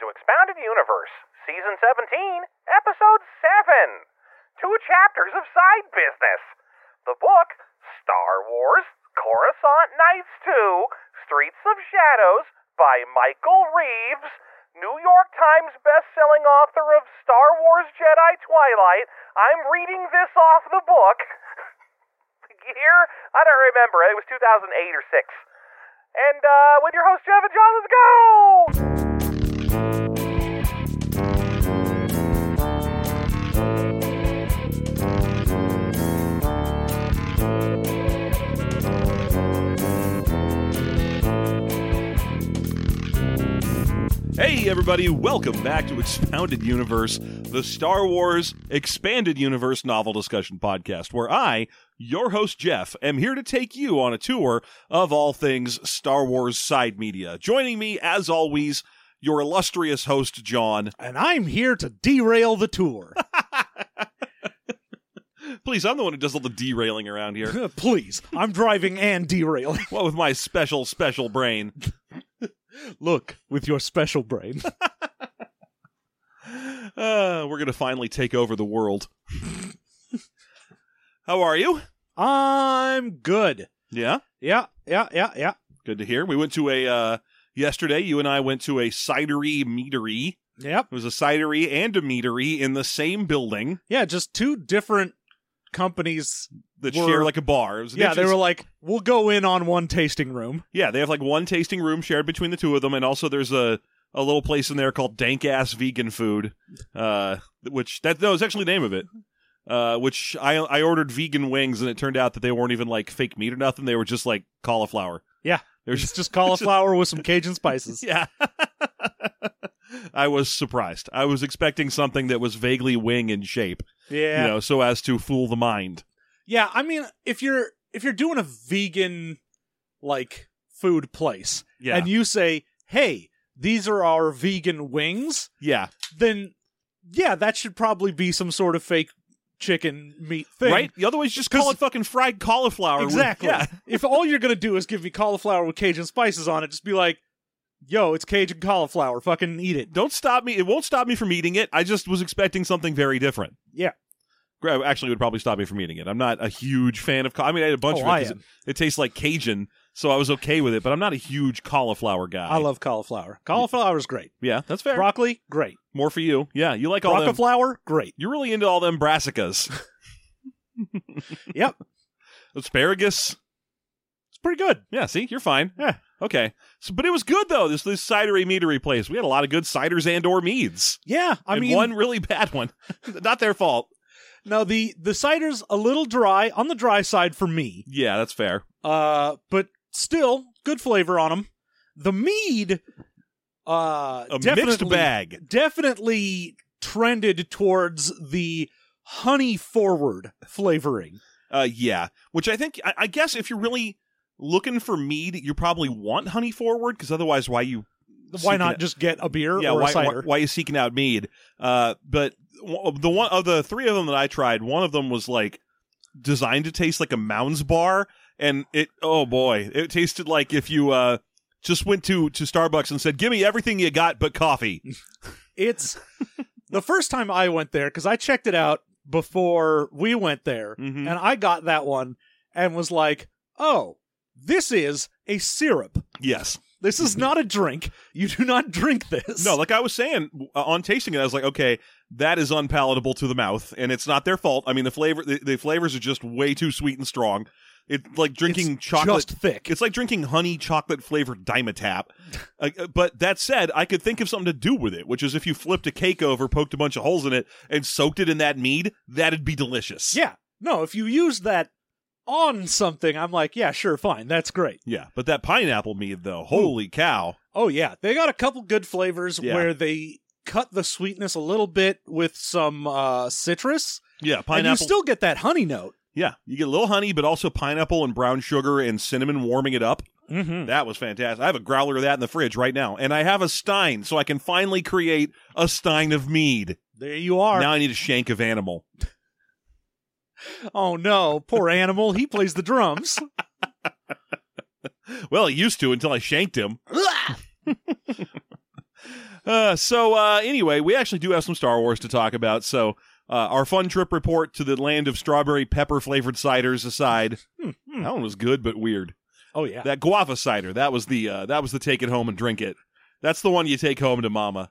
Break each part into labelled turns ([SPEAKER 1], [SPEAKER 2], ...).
[SPEAKER 1] to Expounded Universe, Season 17, Episode 7. Two chapters of side business. The book, Star Wars Coruscant Nights 2, Streets of Shadows by Michael Reeves, New York Times best-selling author of Star Wars Jedi Twilight. I'm reading this off the book. Here, I don't remember. It was 2008 or 6. And uh, with your host, Jeff and John, let's go!
[SPEAKER 2] Hey, everybody, welcome back to Expounded Universe, the Star Wars Expanded Universe novel discussion podcast, where I, your host Jeff, am here to take you on a tour of all things Star Wars side media. Joining me, as always, your illustrious host, John.
[SPEAKER 3] and I'm here to derail the tour.
[SPEAKER 2] Please, I'm the one who does all the derailing around here.
[SPEAKER 3] Please, I'm driving and derailing.
[SPEAKER 2] What with my special, special brain.
[SPEAKER 3] Look, with your special brain.
[SPEAKER 2] Uh, we're going to finally take over the world. How are you?
[SPEAKER 3] I'm good.
[SPEAKER 2] Yeah?
[SPEAKER 3] Yeah, yeah, yeah, yeah.
[SPEAKER 2] Good to hear. We went to a uh yesterday, you and I went to a cidery meadery.
[SPEAKER 3] Yep.
[SPEAKER 2] It was a cidery and a meadery in the same building
[SPEAKER 3] Yeah, just two different companies.
[SPEAKER 2] that
[SPEAKER 3] Were-
[SPEAKER 2] share like a bar. It was an
[SPEAKER 3] Yeah, they
[SPEAKER 2] interest-
[SPEAKER 3] were like, we'll go in on one tasting room.
[SPEAKER 2] Yeah, they have like one tasting room shared between the two of them and also there's a a little place in there called Dank Ass Vegan Food. Uh which that no, it's actually the name of it. Uh, which I I ordered vegan wings and it turned out that they weren't even like fake meat or nothing. They were just like cauliflower.
[SPEAKER 3] Yeah.
[SPEAKER 2] they were
[SPEAKER 3] There's
[SPEAKER 2] just
[SPEAKER 3] just, cauliflower with some Cajun spices.
[SPEAKER 2] Yeah. I was surprised. I was expecting something that was vaguely wing in shape,
[SPEAKER 3] Yeah.
[SPEAKER 2] you know, so as to fool the mind.
[SPEAKER 3] Yeah, I mean, if you're if you're doing a vegan like food place
[SPEAKER 2] Yeah.
[SPEAKER 3] and you say, "Hey, these are our vegan wings."
[SPEAKER 2] yeah.
[SPEAKER 3] then yeah, that should probably be some sort of fake chicken meat thing.
[SPEAKER 2] Right? Otherwise, just call
[SPEAKER 3] 'Cause-
[SPEAKER 2] it fucking fried cauliflower. with-
[SPEAKER 3] Exactly.
[SPEAKER 2] yeah.
[SPEAKER 3] if all you're going to do is give me cauliflower with Cajun spices on it, just be like, yo, it's Cajun cauliflower. Fucking eat it.
[SPEAKER 2] Don't stop me. It won't stop me from eating it. I just was expecting something very different.
[SPEAKER 3] Yeah.
[SPEAKER 2] Gra- Actually, it would probably stop me from eating it. I'm not a huge fan of. Ca- I mean, I ate a bunch
[SPEAKER 3] Oh,
[SPEAKER 2] of it.
[SPEAKER 3] I
[SPEAKER 2] 'cause
[SPEAKER 3] am.
[SPEAKER 2] It, it tastes like Cajun, so I was okay with it. But I'm not a huge cauliflower guy.
[SPEAKER 3] I love cauliflower. Cauliflower's great.
[SPEAKER 2] Yeah, that's fair.
[SPEAKER 3] Broccoli, great.
[SPEAKER 2] More for you. Yeah, you like all them.
[SPEAKER 3] Broccoflower, great.
[SPEAKER 2] You're really into all them brassicas.
[SPEAKER 3] Yep.
[SPEAKER 2] Asparagus.
[SPEAKER 3] It's pretty good.
[SPEAKER 2] Yeah, see, you're fine.
[SPEAKER 3] Yeah.
[SPEAKER 2] Okay. So, but it was good though. This this cidery meadery place. We had a lot of good ciders and or meads.
[SPEAKER 3] Yeah, I
[SPEAKER 2] and
[SPEAKER 3] mean,
[SPEAKER 2] one really bad one. Not their fault.
[SPEAKER 3] now the the cider's a little dry on the dry side for me.
[SPEAKER 2] Yeah, that's fair.
[SPEAKER 3] Uh, but still good flavor on them. The mead, uh,
[SPEAKER 2] A mixed
[SPEAKER 3] definitely-
[SPEAKER 2] bag.
[SPEAKER 3] definitely trended towards the honey forward flavoring.
[SPEAKER 2] Uh, yeah. Which I think I, I guess if you're really looking for mead, you probably want honey forward because otherwise, why you
[SPEAKER 3] Why
[SPEAKER 2] seeking
[SPEAKER 3] not
[SPEAKER 2] it-
[SPEAKER 3] just get a beer
[SPEAKER 2] yeah,
[SPEAKER 3] or
[SPEAKER 2] why,
[SPEAKER 3] a
[SPEAKER 2] why,
[SPEAKER 3] cider?
[SPEAKER 2] why you seeking out mead? Uh, but w- the one of the three of them that I tried, one of them was like designed to taste like a Mounds bar, and it oh boy, it tasted like if you uh just went to to Starbucks and said, "Give me everything you got but coffee."
[SPEAKER 3] It's the first time I went there because I checked it out before we went there,
[SPEAKER 2] Mhm.
[SPEAKER 3] and I got that one and was like, "Oh, this is a syrup.
[SPEAKER 2] Yes,
[SPEAKER 3] This is not a drink. You do not drink this."
[SPEAKER 2] Mm-hmm. no, like I was saying uh, on tasting it, I was like, "Okay, that is unpalatable to the mouth," and it's not their fault. I mean, the flavor the, the flavors are just way too sweet and strong. It's like drinking
[SPEAKER 3] it's
[SPEAKER 2] chocolate
[SPEAKER 3] just thick.
[SPEAKER 2] It's like drinking honey chocolate flavored Dimetapp. Uh, uh, but that said, I could think of something to do with it, which is if you flipped a cake over, poked a bunch of holes in it, and soaked it in that mead, that'd be delicious.
[SPEAKER 3] yeah, no. If you use that on something, I'm like, yeah, sure, fine, that's great.
[SPEAKER 2] Yeah, but that pineapple mead, though, holy cow.
[SPEAKER 3] Oh yeah, they got a couple good flavors
[SPEAKER 2] Yeah.
[SPEAKER 3] where they cut the sweetness a little bit with some uh, citrus,
[SPEAKER 2] Yeah,
[SPEAKER 3] and you
[SPEAKER 2] pineapple.
[SPEAKER 3] still get that honey note.
[SPEAKER 2] yeah, you get a little honey, but also pineapple and brown sugar and cinnamon warming it up.
[SPEAKER 3] Mm-hmm.
[SPEAKER 2] That was fantastic. I have a growler of that in the fridge right now, and I have a stein, so I can finally create a stein of mead.
[SPEAKER 3] There you are.
[SPEAKER 2] Now I need a shank of animal.
[SPEAKER 3] oh no, poor animal. He plays the drums.
[SPEAKER 2] Well, I used to until I shanked him. Uh, so uh, anyway, we actually do have some Star Wars to talk about. So uh, our fun trip report to the land of strawberry pepper flavored ciders aside,
[SPEAKER 3] Hmm.
[SPEAKER 2] that one was good but weird.
[SPEAKER 3] Oh yeah.
[SPEAKER 2] That guava cider, that was the uh, that was the take it home and drink it. That's the one you take home to mama.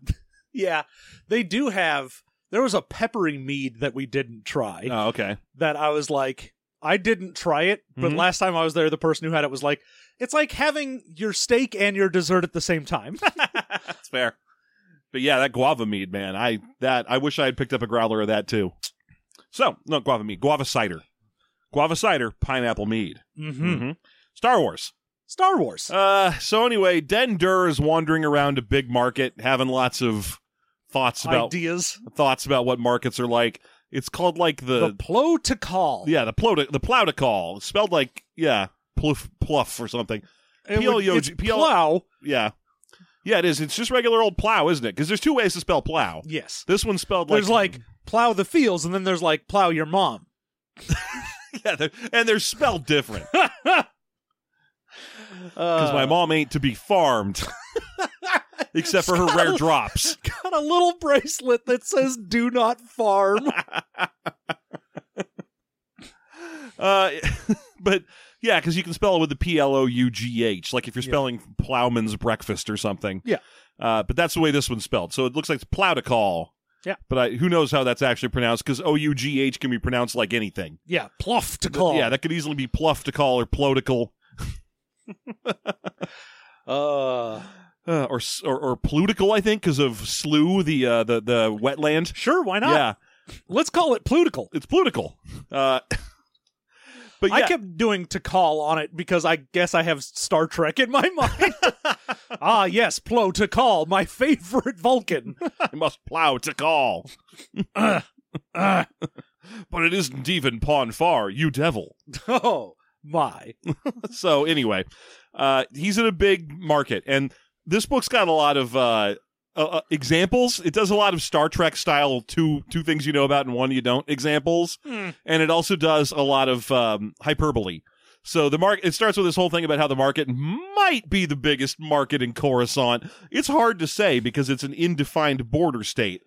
[SPEAKER 3] yeah. They do have there was a peppery mead that we didn't try
[SPEAKER 2] Oh, okay.
[SPEAKER 3] that I was like I didn't try it, but
[SPEAKER 2] Mhm.
[SPEAKER 3] last time I was there the person who had it was like it's like having your steak and your dessert at the same time.
[SPEAKER 2] That's fair. But yeah, that guava mead, man. I that I wish I had picked up a growler of that too. So, no guava mead, guava cider. Guava cider, pineapple mead.
[SPEAKER 3] mm-hmm.
[SPEAKER 2] Mhm. Star Wars.
[SPEAKER 3] Star Wars.
[SPEAKER 2] Uh, so anyway, Den Dur is wandering around a big market, having lots of thoughts about
[SPEAKER 3] Ideas.
[SPEAKER 2] thoughts about what markets are like. It's called like
[SPEAKER 3] The
[SPEAKER 2] the,
[SPEAKER 3] plow to call.
[SPEAKER 2] yeah the plow the plow to call. It's spelled like yeah pluff pluff or something.
[SPEAKER 3] It would-
[SPEAKER 2] PLOG
[SPEAKER 3] it's
[SPEAKER 2] PL
[SPEAKER 3] plow.
[SPEAKER 2] Yeah, yeah it is. It's just regular old plow, isn't it? Because there's two ways to spell plow.
[SPEAKER 3] Yes.
[SPEAKER 2] This one's spelled like
[SPEAKER 3] There's like plow the fields, and then there's like plow your mom.
[SPEAKER 2] yeah, they're, and they're spelled different because
[SPEAKER 3] Because
[SPEAKER 2] my mom ain't to be farmed. Except for her rare drops.
[SPEAKER 3] got a little bracelet that says "Do not farm."
[SPEAKER 2] Uh, but yeah, because you can spell it with the P L O U G H, like if you're
[SPEAKER 3] Yeah.
[SPEAKER 2] spelling Plowman's breakfast or something.
[SPEAKER 3] Yeah.
[SPEAKER 2] Uh, but that's the way this one's spelled. So it looks like it's plow to call.
[SPEAKER 3] Yeah.
[SPEAKER 2] But I, who knows how that's actually pronounced? Because O U G H can be pronounced like anything.
[SPEAKER 3] yeah, pluff to call.
[SPEAKER 2] Yeah, that could easily be pluff to call or plotical
[SPEAKER 3] uh,
[SPEAKER 2] uh, or, s- or or plutical, I think, because of slew the uh, the the wetland.
[SPEAKER 3] sure, why not?
[SPEAKER 2] Yeah,
[SPEAKER 3] Let's call it plutical.
[SPEAKER 2] it's plutical. Uh, but yeah,
[SPEAKER 3] I kept doing to call on it because I guess I have Star Trek in my mind. ah, yes, plow to call, my favorite Vulcan.
[SPEAKER 2] I must plow to call.
[SPEAKER 3] Uh,
[SPEAKER 2] But it isn't even pawn far, you devil.
[SPEAKER 3] oh my!
[SPEAKER 2] so anyway, uh, he's in a big market, and this book's got a lot of uh, uh, uh, examples. It does a lot of Star Trek style two two things you know about and one you don't examples,
[SPEAKER 3] Hmm.
[SPEAKER 2] and it also does a lot of um, hyperbole. So the market it starts with this whole thing about how the market might be the biggest market in Coruscant. It's hard to say because it's an indefined border state.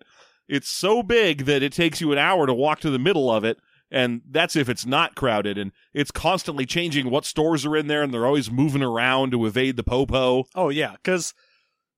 [SPEAKER 2] It's so big that it takes you an hour to walk to the middle of it, and that's if it's not crowded and it's constantly changing what stores are in there and they're always moving around to evade the popo
[SPEAKER 3] Oh yeah, because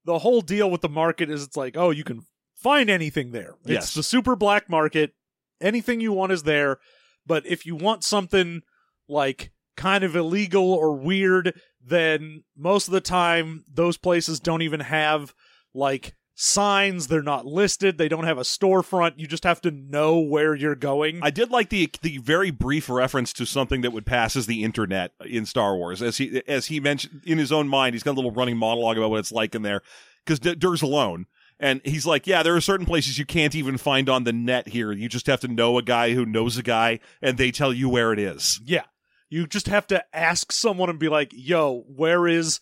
[SPEAKER 3] the whole deal with the market is it's like, oh, you can find anything there.
[SPEAKER 2] Yes.
[SPEAKER 3] It's the super black market. Anything you want is there. But if you want something like kind of illegal or weird, then most of the time those places don't even have like signs. They're not listed. They don't have a storefront. You just have to know where you're going.
[SPEAKER 2] i did like the the very brief reference to something that would pass as the internet in star wars as he as he mentioned in his own mind he's got a little running monologue about what it's like in there because D- dur's alone and he's like yeah there are certain places you can't even find on the net here you just have to know a guy who knows a guy and they tell you where it is
[SPEAKER 3] Yeah. You just have to ask someone and be like, yo, where is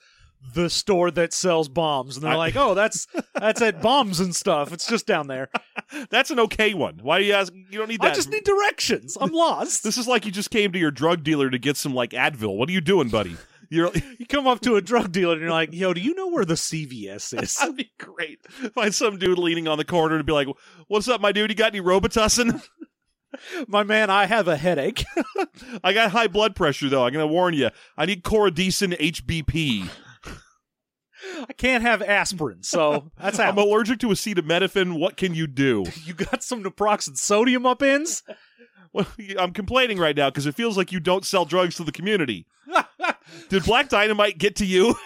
[SPEAKER 3] the store that sells bombs? And they're
[SPEAKER 2] I-
[SPEAKER 3] like, oh, that's that's at bombs and stuff. It's just down there.
[SPEAKER 2] that's an okay one why do you ask you don't need that
[SPEAKER 3] I just need directions. I'm lost.
[SPEAKER 2] This is like you just came to your drug dealer to get some like Advil. What are you doing, buddy? You're
[SPEAKER 3] you come up to a drug dealer and you're like, yo, do you know where the CVS is?
[SPEAKER 2] that'd be great. Find some dude leaning on the corner to be like, "What's up, my dude? You got any Robitussin?
[SPEAKER 3] My man, I have a headache.
[SPEAKER 2] I got high blood pressure though. I'm gonna warn you. I need Coradecin HBP.
[SPEAKER 3] I can't have aspirin, so that's
[SPEAKER 2] I'm
[SPEAKER 3] how.
[SPEAKER 2] allergic to acetaminophen. What can you do?
[SPEAKER 3] you got some naproxen sodium up ends?
[SPEAKER 2] Well, I'm complaining right now because it feels like you don't sell drugs to the community. Did Black Dynamite get to you?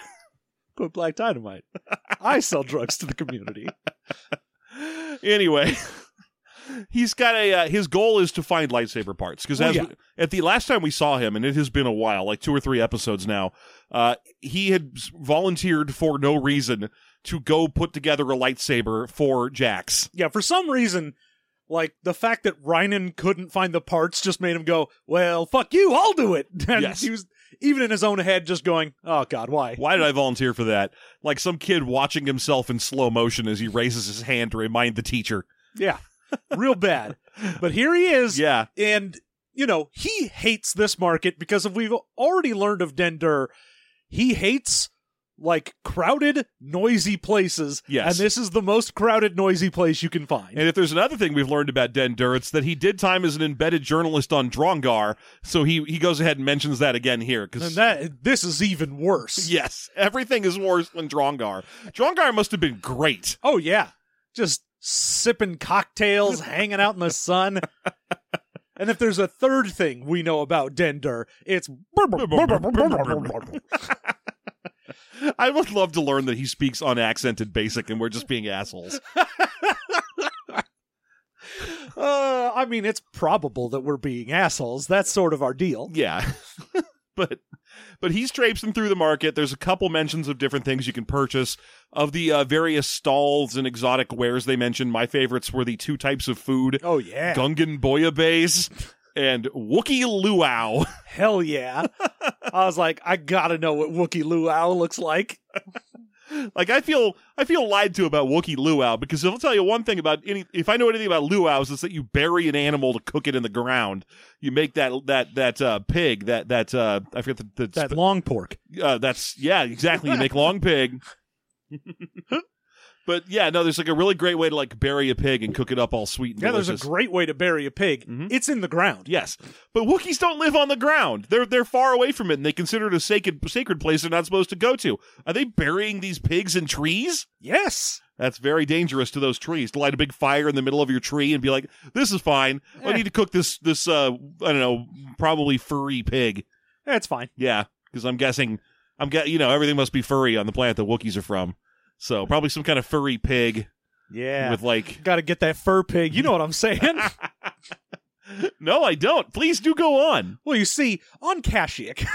[SPEAKER 3] Quit black dynamite. I sell drugs to the community.
[SPEAKER 2] anyway, he's got a uh, his goal is to find lightsaber parts because
[SPEAKER 3] Oh,
[SPEAKER 2] as
[SPEAKER 3] yeah.
[SPEAKER 2] we- at the last time we saw him, and it has been a while, like two or three episodes now, uh, he had s- volunteered for no reason to go put together a lightsaber for Jax.
[SPEAKER 3] Yeah, for some reason, like the fact that Reinen couldn't find the parts just made him go, "Well, fuck you, I'll do it." And
[SPEAKER 2] Yes.
[SPEAKER 3] he was even in his own head just going, "Oh God, why?"
[SPEAKER 2] Why did I volunteer for that? Like some kid watching himself in slow motion as he raises his hand to remind the teacher.
[SPEAKER 3] Yeah, real bad. But here he is,
[SPEAKER 2] Yeah,
[SPEAKER 3] and you know he hates this market because if we've already learned of Dender, he hates like crowded, noisy places.
[SPEAKER 2] Yes.
[SPEAKER 3] And this is the most crowded, noisy place you can find.
[SPEAKER 2] And if there's another thing we've learned about Den Duritz, that he did time as an embedded journalist on Drongar, so he he goes ahead and mentions that again here
[SPEAKER 3] and
[SPEAKER 2] because.
[SPEAKER 3] that this is even worse.
[SPEAKER 2] Yes, everything is worse than Drongar. Drongar must have been great.
[SPEAKER 3] Oh yeah. Just sipping cocktails, hanging out in the sun. And if there's a third thing we know about Dender, it's
[SPEAKER 2] I would love to learn that he speaks unaccented basic and we're just being assholes.
[SPEAKER 3] uh, I mean, it's probable that we're being assholes. That's sort of our deal.
[SPEAKER 2] Yeah. but but he's traipsing through the market. There's a couple mentions of different things you can purchase. Of the uh, various stalls and exotic wares they mentioned, my favorites were the two types of food
[SPEAKER 3] Oh yeah.
[SPEAKER 2] Gungan Boyabase and Wookie Luau.
[SPEAKER 3] Hell yeah. I was like, I gotta know what Wookie Luau looks like.
[SPEAKER 2] like I feel I feel lied to about Wookie Luau because I'll tell you one thing about any if I know anything about luau's it's that you bury an animal to cook it in the ground. You make that that that uh, pig that that uh, I forget the, the
[SPEAKER 3] That long pork.
[SPEAKER 2] uh, that's yeah, exactly. You make long pig. but yeah, no, there's like a really great way to like bury a pig and cook it up all sweet and
[SPEAKER 3] Yeah,
[SPEAKER 2] delicious.
[SPEAKER 3] there's a great way to bury a pig.
[SPEAKER 2] Mhm.
[SPEAKER 3] It's in the ground.
[SPEAKER 2] yes, but Wookiees don't live on the ground. They're they're far away from it, and they consider it a sacred sacred place they're not supposed to go to. Are they burying these pigs in trees?
[SPEAKER 3] Yes.
[SPEAKER 2] That's very dangerous to those trees. To light a big fire in the middle of your tree and be like, "This is fine. I
[SPEAKER 3] Eh.
[SPEAKER 2] need to cook this this uh I don't know, probably furry pig."
[SPEAKER 3] That's fine.
[SPEAKER 2] Yeah, because I'm guessing I'm get you know everything must be furry on the planet the Wookiees are from. So probably some kind of furry pig
[SPEAKER 3] Yeah.
[SPEAKER 2] with like.
[SPEAKER 3] gotta get that fur pig. You know what I'm saying?
[SPEAKER 2] No, I don't. Please do go on.
[SPEAKER 3] well, you see, on Kashyyyk,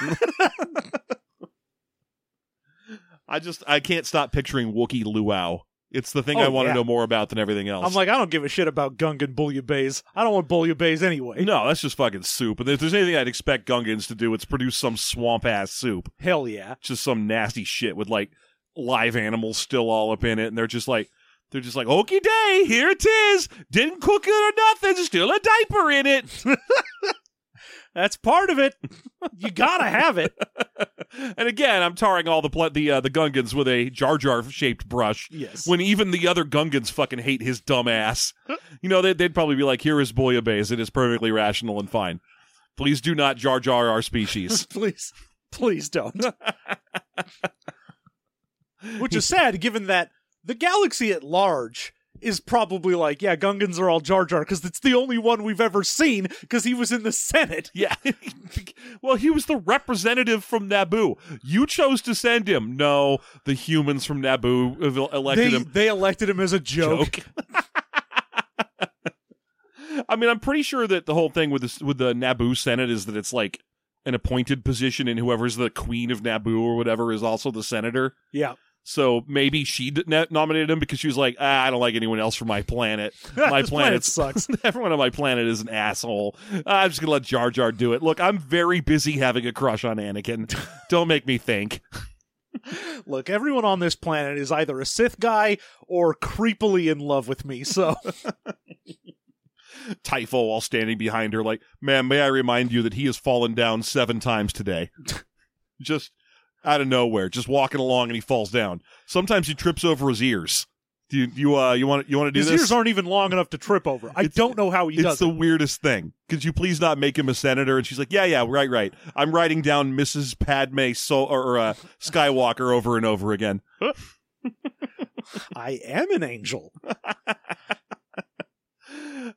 [SPEAKER 2] I just I can't stop picturing Wookiee luau. It's the thing
[SPEAKER 3] Oh,
[SPEAKER 2] I want to
[SPEAKER 3] yeah.
[SPEAKER 2] know more about than everything else.
[SPEAKER 3] I'm like, I don't give a shit about Gungan Bouillabaisse. I don't want Bouillabaisse anyway.
[SPEAKER 2] no, that's just fucking soup. And if there's anything I'd expect Gungans to do, it's produce some swamp ass soup.
[SPEAKER 3] Hell yeah.
[SPEAKER 2] just some nasty shit with like live animals still all up in it, and they're just like they're just like, okay day, here it is. Didn't cook it or nothing, still a diaper in it.
[SPEAKER 3] That's part of it. You gotta have it.
[SPEAKER 2] and again, I'm tarring all the ple- the uh, the Gungans with a Jar Jar shaped brush.
[SPEAKER 3] Yes.
[SPEAKER 2] When even the other Gungans fucking hate his dumb ass. you know, they'd, they'd probably be like, here is Boyabase. It is perfectly rational and fine. Please do not Jar Jar our species.
[SPEAKER 3] please, please don't. Which is sad, given that the galaxy at large is probably like, yeah, Gungans are all Jar Jar because it's the only one we've ever seen because he was in the Senate.
[SPEAKER 2] Yeah. well, he was the representative from Naboo. You chose to send him. No, the humans from Naboo ev- elected
[SPEAKER 3] They,
[SPEAKER 2] him.
[SPEAKER 3] they elected him as a joke.
[SPEAKER 2] I mean, I'm pretty sure that the whole thing with this, with the Naboo Senate is that it's like an appointed position, and whoever's the queen of Naboo or whatever is also the senator.
[SPEAKER 3] Yeah.
[SPEAKER 2] So maybe she d- no- nominated him because she was like, ah, I don't like anyone else from my planet. My
[SPEAKER 3] This planet
[SPEAKER 2] planet's
[SPEAKER 3] sucks.
[SPEAKER 2] everyone on my planet is an asshole. I'm just gonna let Jar Jar do it. Look, I'm very busy having a crush on Anakin. Don't make me think.
[SPEAKER 3] Look, everyone on this planet is either a Sith guy or creepily in love with me. So,
[SPEAKER 2] Typho while standing behind her, like, ma'am, may I remind you that he has fallen down seven times today. just out of nowhere, just walking along and he falls down. Sometimes he trips over his ears. Do you, you uh you want you want to do
[SPEAKER 3] his
[SPEAKER 2] this?
[SPEAKER 3] ears aren't even long enough to trip over. I
[SPEAKER 2] It's-
[SPEAKER 3] don't know how he
[SPEAKER 2] it's
[SPEAKER 3] does
[SPEAKER 2] the
[SPEAKER 3] it.
[SPEAKER 2] weirdest thing. Could you please not make him a senator? And she's like, Yeah, yeah, right, right. I'm writing down Mrs. Padme so or uh, Skywalker over and over again.
[SPEAKER 3] I am an angel.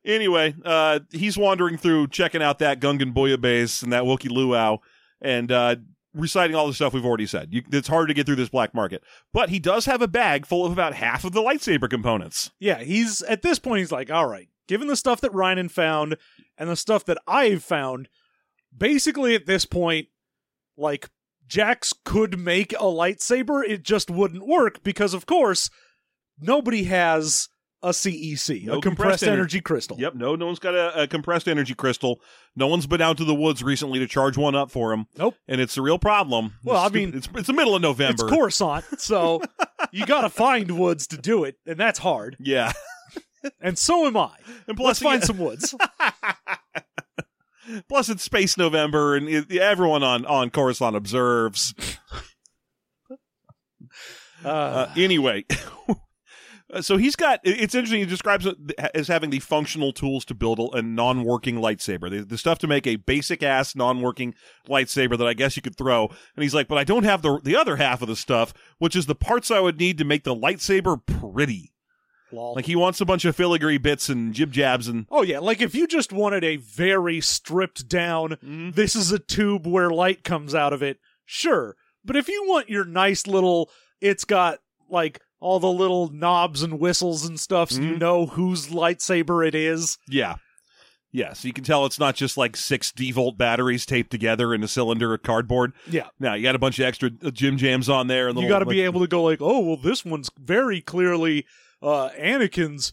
[SPEAKER 2] anyway, uh, he's wandering through, checking out that Gungan Bouillabaisse and that Wookie Luau, and uh, reciting all the stuff we've already said. You, it's hard to get through this black market, but he does have a bag full of about half of the lightsaber components.
[SPEAKER 3] Yeah, he's at this point he's like, all right, given the stuff that Ryan found and the stuff that I've found, basically at this point, like Jax could make a lightsaber, it just wouldn't work because of course nobody has a CEC,
[SPEAKER 2] No
[SPEAKER 3] a compressed,
[SPEAKER 2] compressed ener-
[SPEAKER 3] energy, crystal.
[SPEAKER 2] Yep, no, no one's got a, a compressed energy crystal. No one's been out to the woods recently to charge one up for him.
[SPEAKER 3] Nope.
[SPEAKER 2] and it's a real problem.
[SPEAKER 3] Well,
[SPEAKER 2] It's
[SPEAKER 3] I mean,
[SPEAKER 2] stu- it's it's the middle of November.
[SPEAKER 3] It's Coruscant, so you gotta find woods to do it, and that's hard.
[SPEAKER 2] Yeah,
[SPEAKER 3] And so am I.
[SPEAKER 2] and plus
[SPEAKER 3] Let's find some woods.
[SPEAKER 2] Plus, it's Space November, and it, everyone on on Coruscant observes.
[SPEAKER 3] Uh,
[SPEAKER 2] Uh, anyway, uh, so he's got. it- It's interesting. He describes it as having the functional tools to build a- a non-working lightsaber, the, the stuff to make a basic ass non-working lightsaber that I guess you could throw. And he's like, "But I don't have the the other half of the stuff, which is the parts I would need to make the lightsaber pretty."
[SPEAKER 3] lol.
[SPEAKER 2] Like he wants a bunch of filigree bits and jib jabs and.
[SPEAKER 3] oh yeah, like if you just wanted a very stripped down, this is a tube where light comes out of it. Sure, but if you want your nice little, it's got like all the little knobs and whistles and stuff, so you
[SPEAKER 2] Mhm.
[SPEAKER 3] know whose lightsaber it is.
[SPEAKER 2] Yeah. Yeah, so you can tell it's not just like six D volt batteries taped together in a cylinder of cardboard.
[SPEAKER 3] Yeah,
[SPEAKER 2] Now you got a bunch of extra uh, Jim Jams on there, and
[SPEAKER 3] you
[SPEAKER 2] little,
[SPEAKER 3] got to
[SPEAKER 2] like-
[SPEAKER 3] be able to go like, oh well, this one's very clearly uh, Anakin's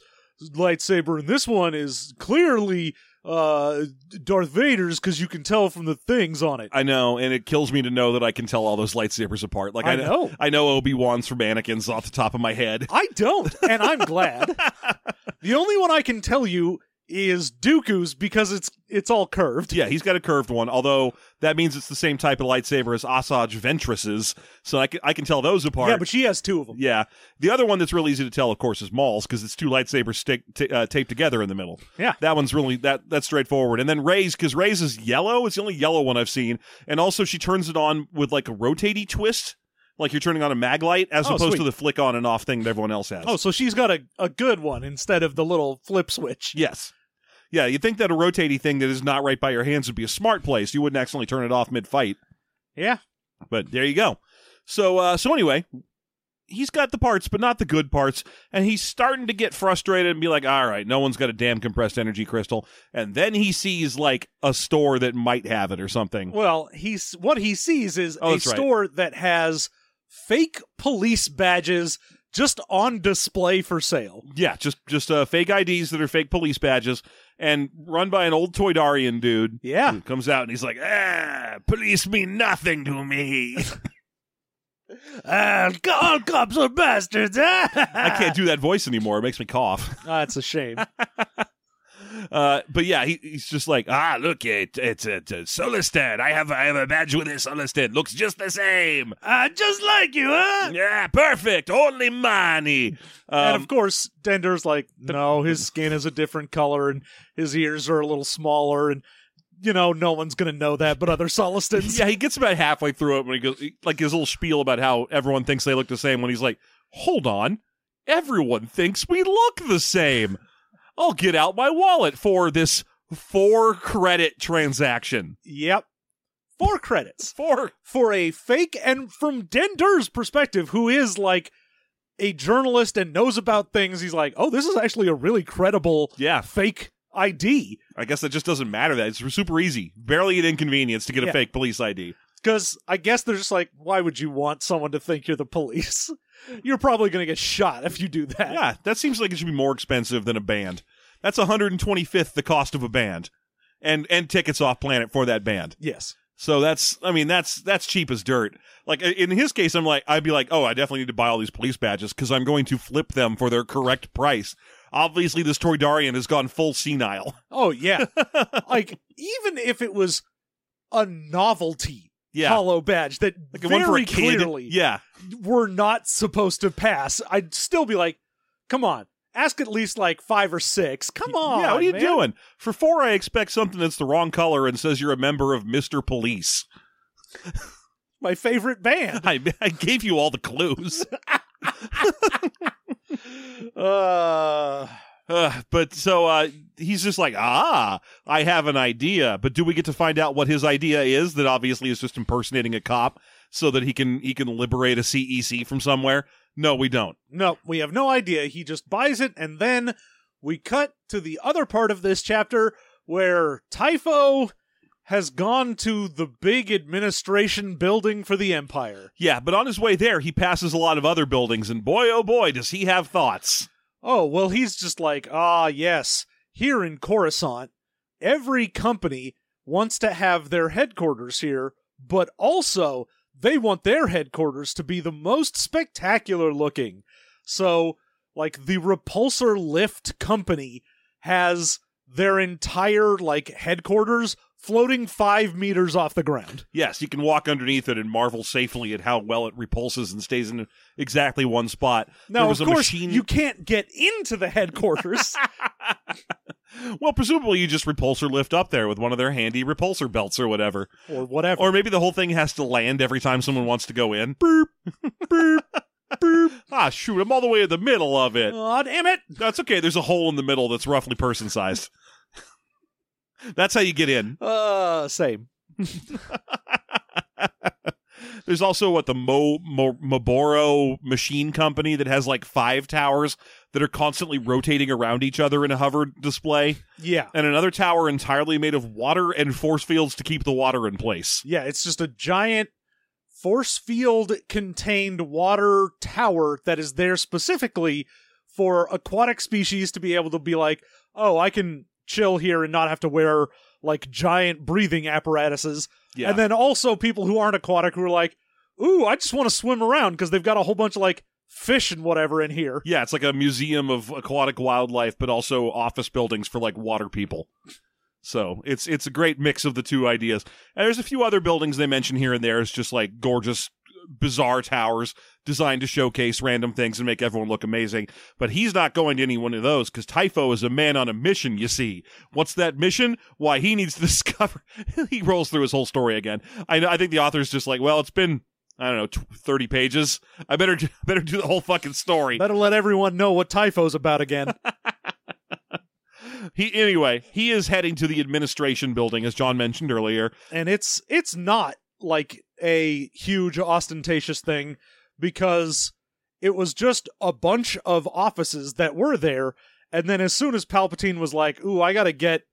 [SPEAKER 3] lightsaber, and this one is clearly uh Darth Vader's because you can tell from the things on it.
[SPEAKER 2] I know, and it kills me to know that I can tell all those lightsabers apart. Like I,
[SPEAKER 3] I know.
[SPEAKER 2] I know Obi Wan's from Anakin's off the top of my head.
[SPEAKER 3] I don't, and I'm glad. the only one I can tell you is Dooku's because it's it's all curved.
[SPEAKER 2] Yeah, he's got a curved one, although that means it's the same type of lightsaber as Osage Ventress's, so I can, I can tell those apart.
[SPEAKER 3] Yeah, but she has two of them.
[SPEAKER 2] Yeah. the other one that's really easy to tell, of course, is Maul's because it's two lightsabers stick, t- uh, taped together in the middle.
[SPEAKER 3] Yeah.
[SPEAKER 2] that one's really that that's straightforward. And then Ray's because Ray's is yellow. It's the only yellow one I've seen, and also she turns it on with like a rotatey twist, like you're turning on a mag light, as
[SPEAKER 3] Oh,
[SPEAKER 2] opposed
[SPEAKER 3] sweet.
[SPEAKER 2] to the flick on and off thing that everyone else has.
[SPEAKER 3] Oh, so she's got a, a good one instead of the little flip switch.
[SPEAKER 2] Yes. Yeah, you'd think that a rotatey thing that is not right by your hands would be a smart place. You wouldn't accidentally turn it off mid fight.
[SPEAKER 3] Yeah.
[SPEAKER 2] But there you go. So uh so anyway, he's got the parts, but not the good parts, and he's starting to get frustrated and be like, All right, no one's got a damn compressed energy crystal. And then he sees like a store that might have it or something.
[SPEAKER 3] Well, he's what he sees is
[SPEAKER 2] Oh,
[SPEAKER 3] a
[SPEAKER 2] that's right.
[SPEAKER 3] store that has fake police badges just on display for sale.
[SPEAKER 2] Yeah, just just uh, fake IDs that are fake police badges and run by an old Toydarian dude.
[SPEAKER 3] Yeah.
[SPEAKER 2] who comes out and he's like, ah, police mean nothing to me.
[SPEAKER 3] Ah, all cops are bastards.
[SPEAKER 2] I
[SPEAKER 3] I
[SPEAKER 2] can't do that voice anymore. It makes me cough.
[SPEAKER 3] That's a shame.
[SPEAKER 2] Uh, but yeah, he, he's just like, ah, look, it, it's it's a Solistan. I have I have a badge with a Solistan. Looks just the same.
[SPEAKER 3] uh, just like you, huh?
[SPEAKER 2] Yeah, perfect. Only money.
[SPEAKER 3] and
[SPEAKER 2] Um,
[SPEAKER 3] of course, Dender's like, no, his skin is a different color and his ears are a little smaller. And, you know, no one's going to know that but other Solistans.
[SPEAKER 2] yeah, he gets about halfway through it when he goes he- like his little spiel about how everyone thinks they look the same. When he's like, hold on, everyone thinks we look the same. I'll get out my wallet for this four credit transaction.
[SPEAKER 3] Yep. Four credits
[SPEAKER 2] Four.
[SPEAKER 3] for a fake. And from Dender's perspective, who is like a journalist and knows about things, he's like, oh, this is actually a really credible
[SPEAKER 2] Yeah,
[SPEAKER 3] fake ID.
[SPEAKER 2] I guess that just doesn't matter. That it's super easy, barely an inconvenience to get a
[SPEAKER 3] Yeah.
[SPEAKER 2] fake police ID.
[SPEAKER 3] Because I guess they're just like, why would you want someone to think you're the police? You're probably going to get shot if you do that.
[SPEAKER 2] Yeah, that seems like it should be more expensive than a band. That's 125th the cost of a band, and and tickets off planet for that band.
[SPEAKER 3] Yes.
[SPEAKER 2] So that's, I mean, that's that's cheap as dirt. Like i- in his case, I'm like, I'd be like, oh, I definitely need to buy all these police badges because I'm going to flip them for their correct price. Obviously, this Toydarian has gone full senile.
[SPEAKER 3] Oh yeah. like even if it was a novelty
[SPEAKER 2] Yeah,
[SPEAKER 3] hollow badge that
[SPEAKER 2] like
[SPEAKER 3] very
[SPEAKER 2] one for a kid.
[SPEAKER 3] clearly
[SPEAKER 2] Yeah,
[SPEAKER 3] were not supposed to pass, I'd still be like, "Come on, ask at least like five or six. Come on,
[SPEAKER 2] yeah, what are you
[SPEAKER 3] man."
[SPEAKER 2] doing? For four, I expect something that's the wrong color and says you're a member of Mr. Police.
[SPEAKER 3] My favorite band.
[SPEAKER 2] I, I gave you all the clues.
[SPEAKER 3] Uh,
[SPEAKER 2] Uh, but so uh, he's just like, ah, I have an idea. But do we get to find out what his idea is? That obviously is just impersonating a cop so that he can he can liberate a CEC from somewhere. No, we don't.
[SPEAKER 3] no, we have no idea. He just buys it, and then we cut to the other part of this chapter where Typho has gone to the big administration building for the Empire.
[SPEAKER 2] Yeah, but on his way there, he passes a lot of other buildings, and boy, oh boy, does he have thoughts.
[SPEAKER 3] Oh, well, he's just like, ah, yes, here in Coruscant, every company wants to have their headquarters here, but also they want their headquarters to be the most spectacular looking. So, like, the Repulsor Lift Company has their entire, like, headquarters floating five meters off the ground.
[SPEAKER 2] Yes, you can walk underneath it and marvel safely at how well it repulses and stays in exactly one spot.
[SPEAKER 3] Now,
[SPEAKER 2] there
[SPEAKER 3] of
[SPEAKER 2] was a
[SPEAKER 3] course,
[SPEAKER 2] machine.
[SPEAKER 3] you can't get into the headquarters.
[SPEAKER 2] well, presumably you just repulsor lift up there with one of their handy repulsor belts or whatever.
[SPEAKER 3] or whatever.
[SPEAKER 2] Or maybe the whole thing has to land every time someone wants to go in. Boop, boop, boop. Ah, shoot, I'm all the way in the middle of it.
[SPEAKER 3] Aw, damn it.
[SPEAKER 2] That's okay. There's a hole in the middle that's roughly person sized. that's how you get in.
[SPEAKER 3] Uh, same.
[SPEAKER 2] There's also what the Mo, Mo Moboro Machine Company that has like five towers that are constantly rotating around each other in a hover display,
[SPEAKER 3] Yeah.
[SPEAKER 2] and another tower entirely made of water and force fields to keep the water in place.
[SPEAKER 3] Yeah, it's just a giant force field contained water tower that is there specifically for aquatic species to be able to be like, oh, I can chill here and not have to wear like giant breathing apparatuses.
[SPEAKER 2] Yeah,
[SPEAKER 3] And then also people who aren't aquatic who are like, ooh, I just want to swim around because they've got a whole bunch of like fish and whatever in here.
[SPEAKER 2] yeah, it's like a museum of aquatic wildlife, but also office buildings for like water people. So it's it's a great mix of the two ideas. And there's a few other buildings they mention here and there. It's just like gorgeous, bizarre towers designed to showcase random things and make everyone look amazing. But he's not going to any one of those because Typho is a man on a mission. You see, what's that mission? Why he needs to discover. he rolls through his whole story again. I know. I think the author's just like, well, it's been. I don't know, tw- thirty pages. I better do, better do the whole fucking story.
[SPEAKER 3] Better let everyone know what typho's about again.
[SPEAKER 2] He anyway, he is heading to the administration building, as John mentioned earlier.
[SPEAKER 3] and it's it's not like a huge ostentatious thing because it was just a bunch of offices that were there and then as soon as palpatine was like ooh i gotta get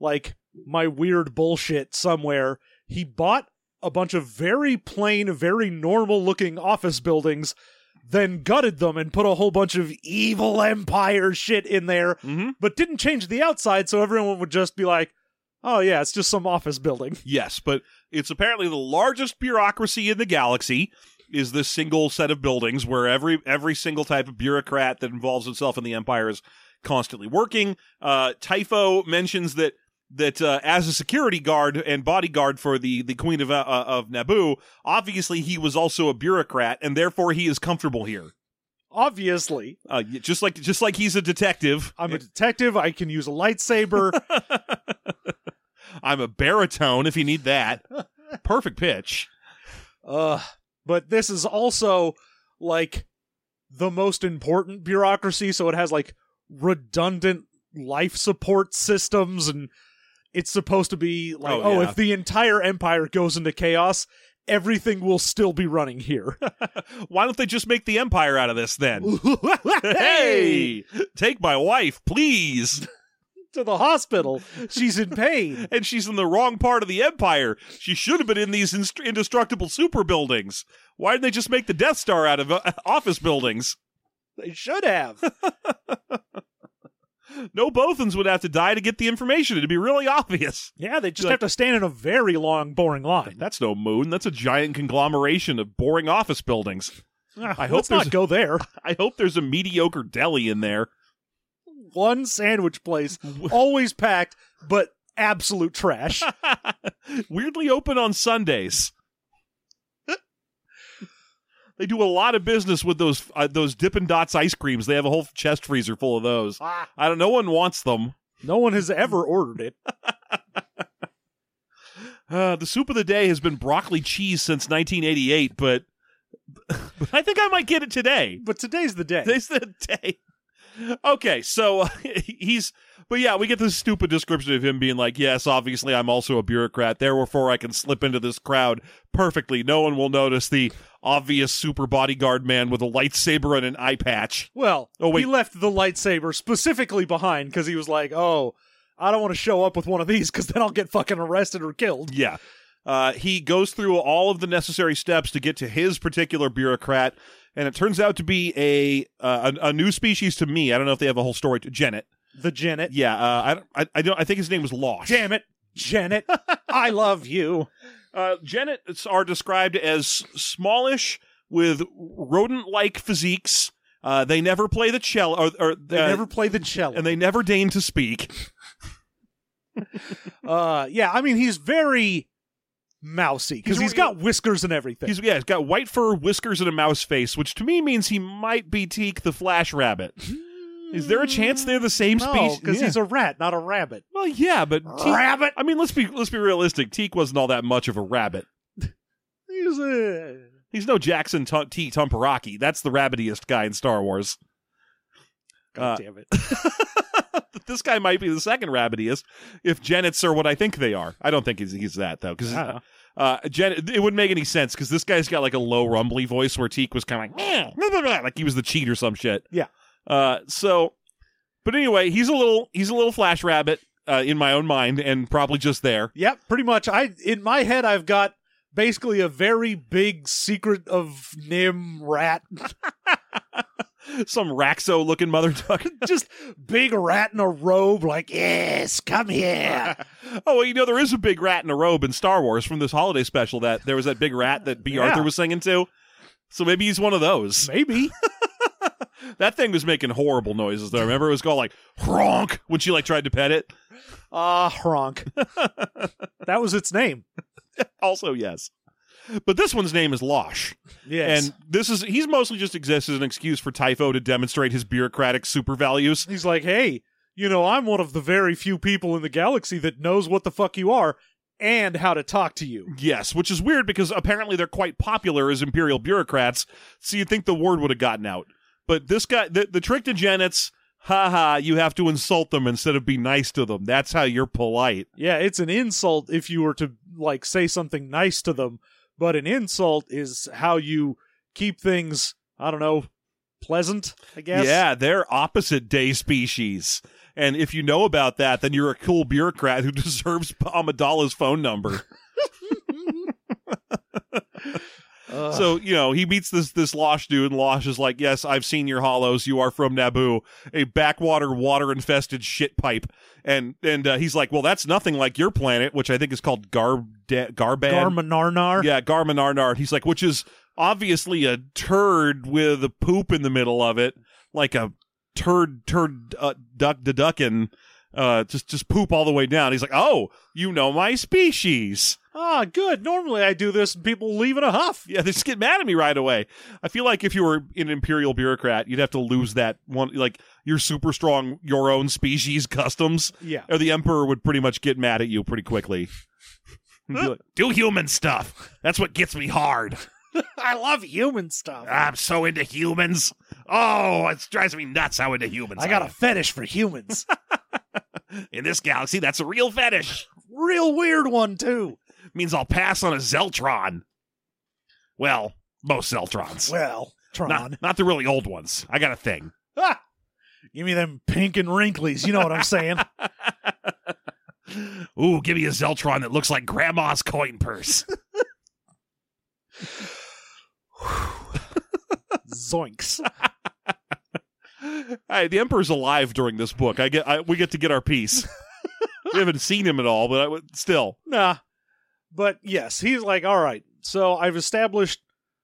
[SPEAKER 3] like my weird bullshit somewhere he bought a bunch of very plain very normal looking office buildings then gutted them and put a whole bunch of evil empire shit in there
[SPEAKER 2] Mm-hmm.
[SPEAKER 3] but didn't change the outside so everyone would just be like oh yeah it's just some office building
[SPEAKER 2] Yes, but it's apparently the largest bureaucracy in the galaxy. Is this single set of buildings where every every single type of bureaucrat that involves himself in the empire is constantly working? Uh, Typho mentions that that uh, as a security guard and bodyguard for the the Queen of uh, of Naboo, obviously he was also a bureaucrat, and therefore he is comfortable here.
[SPEAKER 3] obviously
[SPEAKER 2] Uh, y- just like just like he's a detective,
[SPEAKER 3] i'm a detective i can use a lightsaber
[SPEAKER 2] I'm a baritone if you need that. Perfect pitch.
[SPEAKER 3] uh but this is also like the most important bureaucracy so it has like redundant life support systems and it's supposed to be like oh,
[SPEAKER 2] Oh, yeah.
[SPEAKER 3] if the entire empire goes into chaos everything will still be running here
[SPEAKER 2] Why don't they just make the empire out of this then? hey, take my wife, please.
[SPEAKER 3] to the hospital she's in pain
[SPEAKER 2] And she's in the wrong part of the empire. She should have been in these inst- indestructible super buildings. Why didn't they just make the Death Star out of uh, office buildings?
[SPEAKER 3] they should have
[SPEAKER 2] No Bothans would have to die to get the information. It'd be really obvious.
[SPEAKER 3] yeah they just
[SPEAKER 2] Like-
[SPEAKER 3] have to stand in a very long boring line
[SPEAKER 2] That's no moon. That's a giant conglomeration of boring office buildings. I hope
[SPEAKER 3] let's not
[SPEAKER 2] there's-
[SPEAKER 3] go there
[SPEAKER 2] I hope there's a mediocre deli in there.
[SPEAKER 3] one sandwich place, always packed, but absolute trash.
[SPEAKER 2] Weirdly open on Sundays. they do a lot of business with those uh, those Dippin' Dots ice creams. They have a whole chest freezer full of those. I don't. No one wants them.
[SPEAKER 3] no one has ever ordered it.
[SPEAKER 2] Uh, the soup of the day has been broccoli cheese since 1988, but, but I think I might get it today.
[SPEAKER 3] But today's the day.
[SPEAKER 2] Today's the day. Okay, so uh, he's, but yeah, we get this stupid description of him being like, "Yes, obviously, I'm also a bureaucrat. Therefore, I can slip into this crowd perfectly. No one will notice the obvious super bodyguard man with a lightsaber and an eye patch."
[SPEAKER 3] well,
[SPEAKER 2] Oh, wait.
[SPEAKER 3] he left the lightsaber specifically behind because he was like, oh, I don't want to show up with one of these because then I'll get fucking arrested or killed.
[SPEAKER 2] Yeah. Uh, he goes through all of the necessary steps to get to his particular bureaucrat, and it turns out to be a uh, a, a new species to me. I don't know if they have a whole story to Janet.
[SPEAKER 3] The Janet.
[SPEAKER 2] Yeah, uh, I don't. I, I don't. I think his name was Losh.
[SPEAKER 3] Damn it, Janet. I love you.
[SPEAKER 2] Uh, Genets are described as smallish with rodent-like physiques. Uh, they never play the cello, or, or
[SPEAKER 3] They
[SPEAKER 2] uh,
[SPEAKER 3] never play the cello.
[SPEAKER 2] and they never deign to speak.
[SPEAKER 3] uh, yeah, I mean he's very mousy because
[SPEAKER 2] He's-
[SPEAKER 3] he's got whiskers and everything.
[SPEAKER 2] He's yeah, he's got white fur, whiskers, and a mouse face, which to me means he might be Teak the Flash Rabbit. Is there a chance they're the same
[SPEAKER 3] Mm, no,
[SPEAKER 2] species?
[SPEAKER 3] because he's a rat, not a rabbit.
[SPEAKER 2] well, yeah, but Teak,
[SPEAKER 3] Rabbit.
[SPEAKER 2] I mean, let's be let's be realistic. Teak wasn't all that much of a rabbit.
[SPEAKER 3] He's a
[SPEAKER 2] He's no Jackson T. T- Tumperaki. That's the rabbitiest guy in Star Wars.
[SPEAKER 3] God
[SPEAKER 2] Uh,
[SPEAKER 3] damn it.
[SPEAKER 2] this guy might be the second rabbitiest if Jennets are what I think they are. I don't think he's, he's that though, because
[SPEAKER 3] Ah.
[SPEAKER 2] uh, Jen, it wouldn't make any sense because this guy's got like a low rumbly voice where Teak was kind of like "Meow, blah, blah, blah," like he was the cheat or some shit.
[SPEAKER 3] Yeah.
[SPEAKER 2] Uh, so, but anyway, he's a little he's a little flash rabbit uh, in my own mind and probably just there.
[SPEAKER 3] Yep, pretty much. I in my head I've got basically a very big secret of Nim rat.
[SPEAKER 2] Some Raxo looking mother duck.
[SPEAKER 3] Just big rat in a robe, like, yes, come here.
[SPEAKER 2] oh, well, you know there is a big rat in a robe in Star Wars from this holiday special that there was that big rat that B.
[SPEAKER 3] Yeah.
[SPEAKER 2] Arthur was singing to. So maybe he's one of those.
[SPEAKER 3] Maybe.
[SPEAKER 2] That thing was making horrible noises though. Remember it was called like honk when she like tried to pet it.
[SPEAKER 3] Ah, Hronk. that was its name.
[SPEAKER 2] Also, yes. But this one's name is Losh.
[SPEAKER 3] Yes.
[SPEAKER 2] And this is he's mostly just exists as an excuse for Typho to demonstrate his bureaucratic super values.
[SPEAKER 3] he's like, hey, you know, I'm one of the very few people in the galaxy that knows what the fuck you are and how to talk to you.
[SPEAKER 2] Yes, which is weird because apparently they're quite popular as imperial bureaucrats, so you'd think the word would have gotten out. But this guy the, the trick to Janet's haha, you have to insult them instead of be nice to them. That's how you're polite.
[SPEAKER 3] Yeah, it's an insult if you were to like say something nice to them, but an insult is how you keep things, I don't know, pleasant, I guess.
[SPEAKER 2] Yeah, they're opposite day species. And if you know about that, then you're a cool bureaucrat who deserves Amidala's phone number.
[SPEAKER 3] Ugh.
[SPEAKER 2] So you know he meets this this Losh dude, and Losh is like, "Yes, I've seen your hollows. You are from Naboo, a backwater water infested shit pipe." And and uh, he's like, "Well, that's nothing like your planet, which I think is called Garb Garban.
[SPEAKER 3] Garmanarnar.
[SPEAKER 2] yeah, Garmin Arnard." He's like, "Which is obviously a turd with a poop in the middle of it, like a turd turd uh, duck the duckin." Uh, just just poop all the way down. He's like, "Oh, you know my species."
[SPEAKER 3] Ah, good. Normally I do this and people leave in a huff.
[SPEAKER 2] Yeah, they just get mad at me right away. I feel like if you were an imperial bureaucrat, you'd have to lose that one, like your super strong, your own species customs,
[SPEAKER 3] Yeah.
[SPEAKER 2] or the emperor would pretty much get mad at you pretty quickly. He'd be like, Do human stuff. That's what gets me hard.
[SPEAKER 3] I love human stuff.
[SPEAKER 2] I'm so into humans. Oh, it drives me nuts how into humans.
[SPEAKER 3] I got a fetish for humans.
[SPEAKER 2] am. in this galaxy. That's a real fetish.
[SPEAKER 3] Real weird one too.
[SPEAKER 2] Means I'll pass on a Zeltron. Well, most Zeltrons,
[SPEAKER 3] Well, Tron.
[SPEAKER 2] not not the really old ones. I got a thing.
[SPEAKER 3] Ah, give me them pink and wrinklies, you know what I'm saying?
[SPEAKER 2] Ooh, give me a Zeltron that looks like Grandma's coin purse.
[SPEAKER 3] Zoinks.
[SPEAKER 2] hey, the Emperor's alive during this book. I get, I, we get to get our piece. we haven't seen him at all, but I would- still,
[SPEAKER 3] Nah. But yes, he's like, all right, so I've established,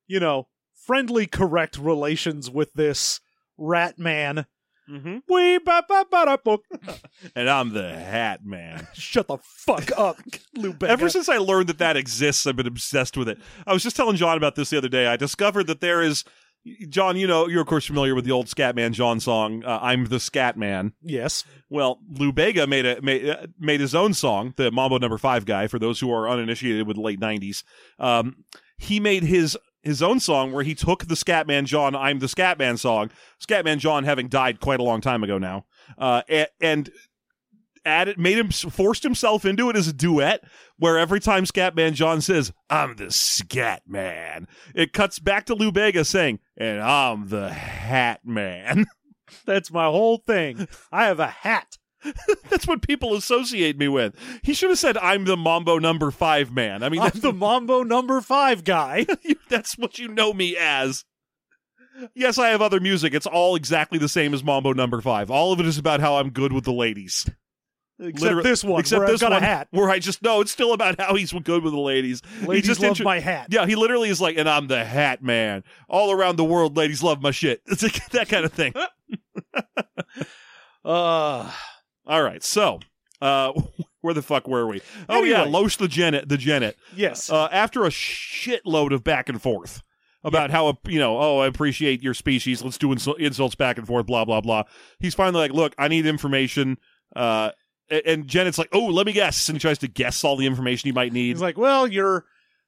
[SPEAKER 3] you know, friendly, correct relations with this rat man.
[SPEAKER 2] mm-hmm.
[SPEAKER 3] Wee ba ba ba da book.
[SPEAKER 2] and I'm the Hat Man.
[SPEAKER 3] Shut the fuck up, Lou Bega.
[SPEAKER 2] Ever since I learned that that exists, I've been obsessed with it. I was just telling John about this the other day. I discovered that there is, John. You know, you're of course familiar with the old Scatman John song. Uh, I'm the Scatman.
[SPEAKER 3] yes.
[SPEAKER 2] Well, Lou Bega made a made, uh, made his own song, the Mambo Number Five guy. For those who are uninitiated with the late '90s, um, he made his his own song where he took the Scatman John "I'm the Scatman" song, Scatman John having died quite a long time ago now, uh, and, and added made him forced himself into it as a duet where every time Scatman John says "I'm the Scatman," it cuts back to Lou Bega saying "and I'm the Hat Man."
[SPEAKER 3] That's my whole thing. I have a hat.
[SPEAKER 2] That's what people associate me with. He should have said, "I'm the Mambo Number Five man." I mean,
[SPEAKER 3] I'm
[SPEAKER 2] that's,
[SPEAKER 3] the Mambo number five guy.
[SPEAKER 2] that's what you know me as. Yes, I have other music. It's all exactly the same as Mambo Number Five. All of it is about how I'm good with the ladies.
[SPEAKER 3] Except
[SPEAKER 2] Literally-
[SPEAKER 3] this one,
[SPEAKER 2] except
[SPEAKER 3] where
[SPEAKER 2] this
[SPEAKER 3] I've got
[SPEAKER 2] one,
[SPEAKER 3] a hat.
[SPEAKER 2] where I just no. It's still about how he's good with the ladies. He
[SPEAKER 3] Ladies
[SPEAKER 2] just
[SPEAKER 3] love
[SPEAKER 2] intro-
[SPEAKER 3] my hat.
[SPEAKER 2] Yeah, he literally is like, and I'm the Hat Man. All around the world, ladies love my shit. It's like that kind of thing.
[SPEAKER 3] Uh,
[SPEAKER 2] All right, so uh, Where the fuck were we? Oh yeah,
[SPEAKER 3] Anyway.
[SPEAKER 2] Loesch the Genet, the Genet.
[SPEAKER 3] Yes.
[SPEAKER 2] Uh, after a shitload of back and forth about how you know, oh, I appreciate your species. Let's do insul- insults back and forth. Blah blah blah. He's finally like, look, I need information. Uh, a- and Genet's like, oh, let me guess, and he tries to guess all the information he might need.
[SPEAKER 3] He's like, well, you're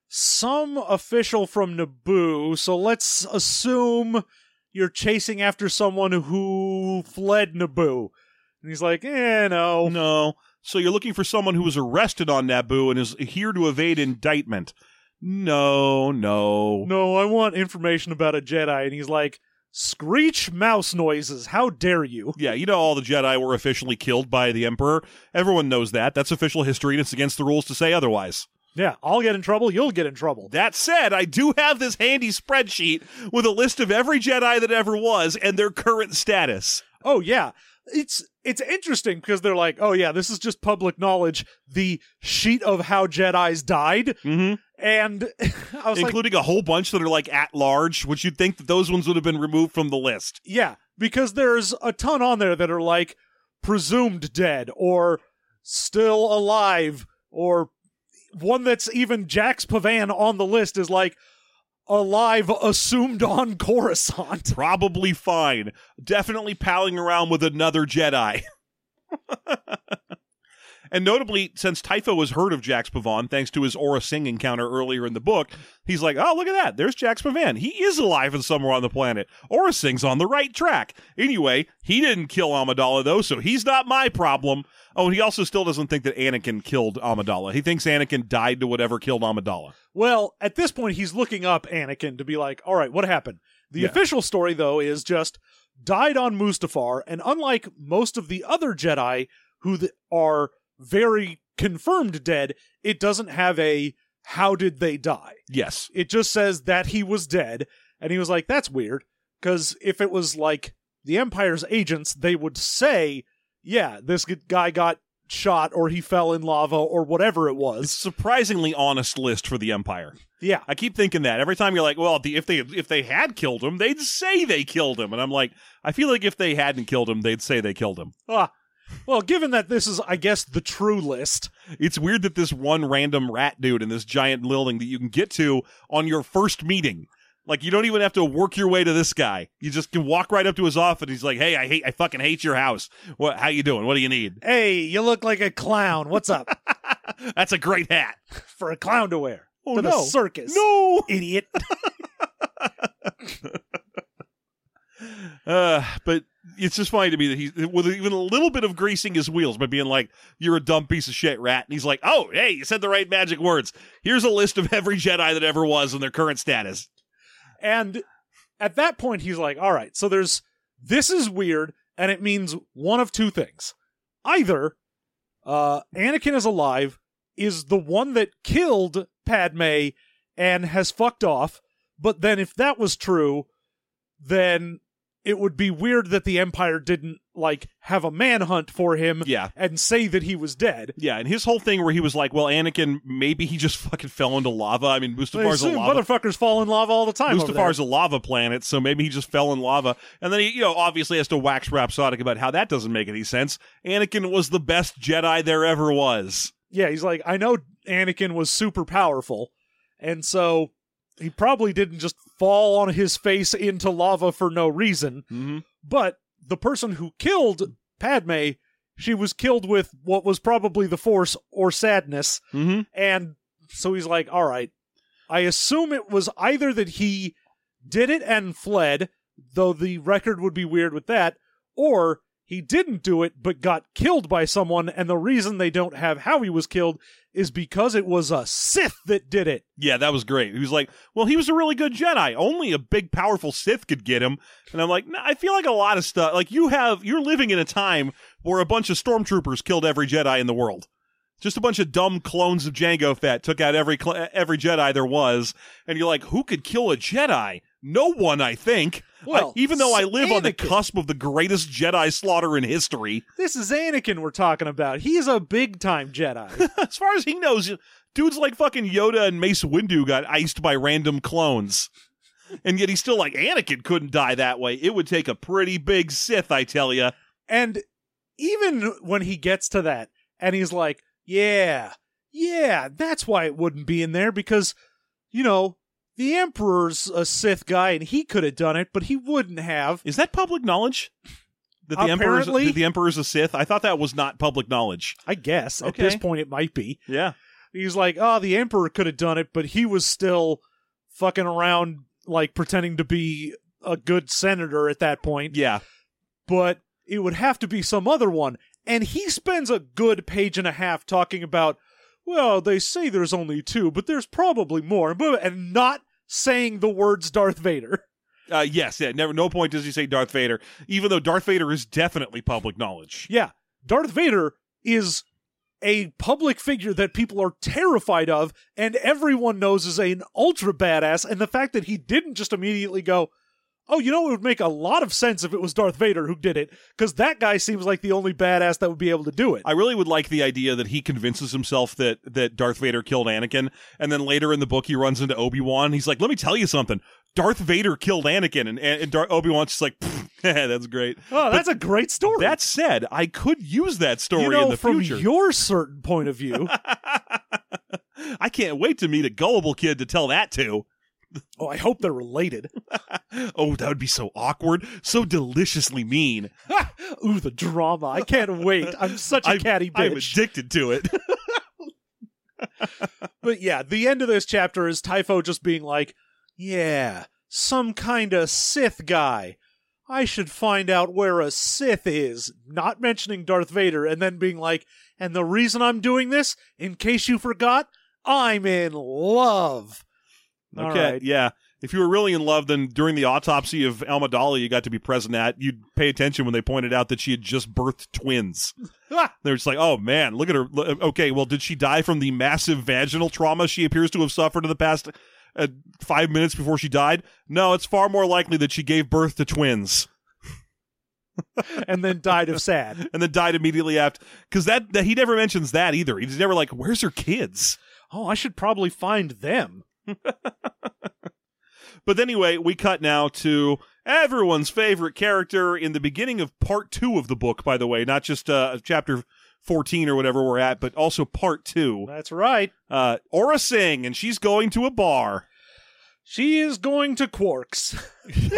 [SPEAKER 3] some official from Naboo, so let's assume you're chasing after someone who fled Naboo. And he's like, eh, no.
[SPEAKER 2] No. So you're looking for someone who was arrested on Naboo and is here to evade indictment. No, no.
[SPEAKER 3] No, I want information about a Jedi. And he's like, screech mouse noises. How dare you?
[SPEAKER 2] Yeah, you know all the Jedi were officially killed by the Emperor. Everyone knows that. That's official history and it's against the rules to say otherwise.
[SPEAKER 3] Yeah, I'll get in trouble. You'll get in trouble.
[SPEAKER 2] That said, I do have this handy spreadsheet with a list of every Jedi that ever was and their current status.
[SPEAKER 3] Oh yeah, it's it's interesting because they're like, oh yeah, this is just public knowledge. The sheet of how Jedi's died,
[SPEAKER 2] Mm-hmm.
[SPEAKER 3] and I was like,
[SPEAKER 2] Including a whole bunch that are like at large, which you'd think that those ones would have been removed from the list.
[SPEAKER 3] yeah, because there's a ton on there that are like presumed dead or still alive or one that's even Jax Pavan on the list is like alive assumed on Coruscant.
[SPEAKER 2] Probably fine. Definitely palling around with another Jedi. and notably, since Typho has heard of Jax Pavan, thanks to his Aura Singh encounter earlier in the book, he's like, oh, look at that. There's Jax Pavan. He is alive and somewhere on the planet. Aura Singh's on the right track. Anyway, he didn't kill Amidala, though, so he's not my problem. Oh, and he also still doesn't think that Anakin killed Amidala. He thinks Anakin died to whatever killed Amidala.
[SPEAKER 3] Well, at this point, he's looking up Anakin to be like, all right, what happened? The
[SPEAKER 2] Yeah.
[SPEAKER 3] official story, though, is just died on Mustafar, and unlike most of the other Jedi who th- are very confirmed dead, it doesn't have a how did they die.
[SPEAKER 2] Yes.
[SPEAKER 3] It just says that he was dead, and he was like, that's weird, because if it was like the Empire's agents, they would say, yeah, this g- guy got shot or he fell in lava or whatever it
[SPEAKER 2] It's a
[SPEAKER 3] was.
[SPEAKER 2] surprisingly honest list for the Empire.
[SPEAKER 3] Yeah.
[SPEAKER 2] I keep thinking that every time you're like, well, the- if they if they had killed him, they'd say they killed him, and I'm like, I feel like if they hadn't killed him, they'd say they killed him.
[SPEAKER 3] Ah, well, given that this is, I guess, the true list.
[SPEAKER 2] It's weird that this one random rat dude in this giant building that you can get to on your first meeting, like you don't even have to work your way to this guy. You just can walk right up to his office. and He's like, hey, I hate, I fucking hate your house. What? How you doing? What do you need?
[SPEAKER 3] Hey, you look like a clown. What's up
[SPEAKER 2] That's a great hat.
[SPEAKER 3] for a clown to wear
[SPEAKER 2] Oh
[SPEAKER 3] to the
[SPEAKER 2] no.
[SPEAKER 3] circus?
[SPEAKER 2] No.
[SPEAKER 3] idiot.
[SPEAKER 2] Uh, but it's just funny to me that he's with even a little bit of greasing his wheels by being like, "You're a dumb piece of shit, rat," and he's like, "Oh, hey, you said the right magic words. Here's a list of every Jedi that ever was and their current status."
[SPEAKER 3] And at that point, he's like, "All right, so there's this is weird, and it means one of two things: either uh, Anakin is alive, is the one that killed Padme, and has fucked off. But then, if that was true, then it would be weird that the Empire didn't like have a manhunt for him
[SPEAKER 2] Yeah,
[SPEAKER 3] and say that he was dead.
[SPEAKER 2] yeah, and his whole thing where he was like, "Well, Anakin, maybe he just fucking fell into lava." I mean,
[SPEAKER 3] I
[SPEAKER 2] Mustafar's a
[SPEAKER 3] assume
[SPEAKER 2] lava.
[SPEAKER 3] motherfuckers fall in lava all the time. over there.
[SPEAKER 2] Mustafar's a lava planet, so maybe he just fell in lava. And then he, you know, obviously has to wax rhapsodic about how that doesn't make any sense. Anakin was the best Jedi there ever was.
[SPEAKER 3] yeah, he's like, I know Anakin was super powerful, and so he probably didn't just fall on his face into lava for no reason.
[SPEAKER 2] Mm-hmm.
[SPEAKER 3] But the person who killed Padme, she was killed with what was probably the Force or sadness,
[SPEAKER 2] Mm-hmm.
[SPEAKER 3] and so he's like, all right, I assume it was either that he did it and fled, though the record would be weird with that, or he didn't do it but got killed by someone, and the reason they don't have how he was killed is because it was a Sith that did it.
[SPEAKER 2] Yeah, that was great. He was like, "Well, he was a really good Jedi. Only a big, powerful Sith could get him." And I'm like, nah, "I feel like a lot of stuff. Like you have, you're living in a time where a bunch of stormtroopers killed every Jedi in the world. Just a bunch of dumb clones of Django Fett took out every cl- every Jedi there was. And you're like, who could kill a Jedi? No one, I think.
[SPEAKER 3] Well,
[SPEAKER 2] I- even though I live on the
[SPEAKER 3] Anakin.
[SPEAKER 2] cusp of the greatest Jedi slaughter in history,
[SPEAKER 3] This is Anakin we're talking about. He's a big time Jedi.
[SPEAKER 2] as far as he knows, dudes like fucking Yoda and Mace Windu got iced by random clones. And yet he's still like, Anakin couldn't die that way. It would take a pretty big Sith, I tell you.
[SPEAKER 3] and even when he gets to that, and he's like, Yeah. Yeah, that's why it wouldn't be in there because, you know, the Emperor's a Sith guy and he could have done it, but he wouldn't have.
[SPEAKER 2] Is that public knowledge? That the emperor's
[SPEAKER 3] Apparently.
[SPEAKER 2] that the emperor's a Sith. I thought that was not public knowledge.
[SPEAKER 3] I guess at
[SPEAKER 2] Okay.
[SPEAKER 3] this point it might be.
[SPEAKER 2] Yeah.
[SPEAKER 3] He's like, oh, the Emperor could have done it, but he was still fucking around, like pretending to be a good senator at that point.
[SPEAKER 2] Yeah.
[SPEAKER 3] But it would have to be some other one. And he spends a good page and a half talking about, well, they say there's only two, but there's probably more, but- and not saying the words Darth Vader.
[SPEAKER 2] Uh, yes. Yeah. Never. No point does he say Darth Vader, even though Darth Vader is definitely public knowledge.
[SPEAKER 3] Yeah, Darth Vader is a public figure that people are terrified of and everyone knows is an ultra badass and the fact that he didn't just immediately go oh you know it would make a lot of sense if it was Darth Vader who did it cuz that guy seems like the only badass that would be able to do it
[SPEAKER 2] I really would like the idea that he convinces himself that that Darth Vader killed Anakin, and then later in the book he runs into Obi Wan. He's like, "Let me tell you something. Wan's Darth Vader killed Anakin," and, and, and Dar- Obi Wan's just like, "Pfft, "That's great."
[SPEAKER 3] oh that's a great story
[SPEAKER 2] That said, I could use that story
[SPEAKER 3] you know,
[SPEAKER 2] in the
[SPEAKER 3] from
[SPEAKER 2] future.
[SPEAKER 3] your certain point of view
[SPEAKER 2] I can't wait to meet a gullible kid to tell that to.
[SPEAKER 3] oh i hope they're related
[SPEAKER 2] Oh, that would be so awkward, so deliciously mean.
[SPEAKER 3] ooh the drama i can't wait i'm such a
[SPEAKER 2] I'm-
[SPEAKER 3] catty bitch
[SPEAKER 2] I'm addicted to it.
[SPEAKER 3] But yeah, the end of this chapter is Typho just being like, yeah, some kind of Sith guy. I should find out where a Sith is, not mentioning Darth Vader, and then being like, and the reason I'm doing this, in case you forgot, I'm in love. All
[SPEAKER 2] Okay,
[SPEAKER 3] right.
[SPEAKER 2] yeah. If you were really in love, then during the autopsy of Alma Dolly, you got to be present at. You'd pay attention when they pointed out that she had just birthed twins.
[SPEAKER 3] Ah,
[SPEAKER 2] They were just like, "Oh man, look at her." L- Okay, well, did she die from the massive vaginal trauma she appears to have suffered in the past uh, five minutes before she died? No, it's far more likely that she gave birth to twins
[SPEAKER 3] and then died of sad.
[SPEAKER 2] and then died immediately after. Because that, that he never mentions that either. He's never like, "Where's her kids?"
[SPEAKER 3] Oh, I should probably find them.
[SPEAKER 2] But anyway, we cut now to everyone's favorite character in the beginning of part two of the book, by the way, not just uh, chapter 14 or whatever we're at, but also part two.
[SPEAKER 3] That's right.
[SPEAKER 2] Uh, Aura Singh, and she's going to a bar.
[SPEAKER 3] She is going to Quarks.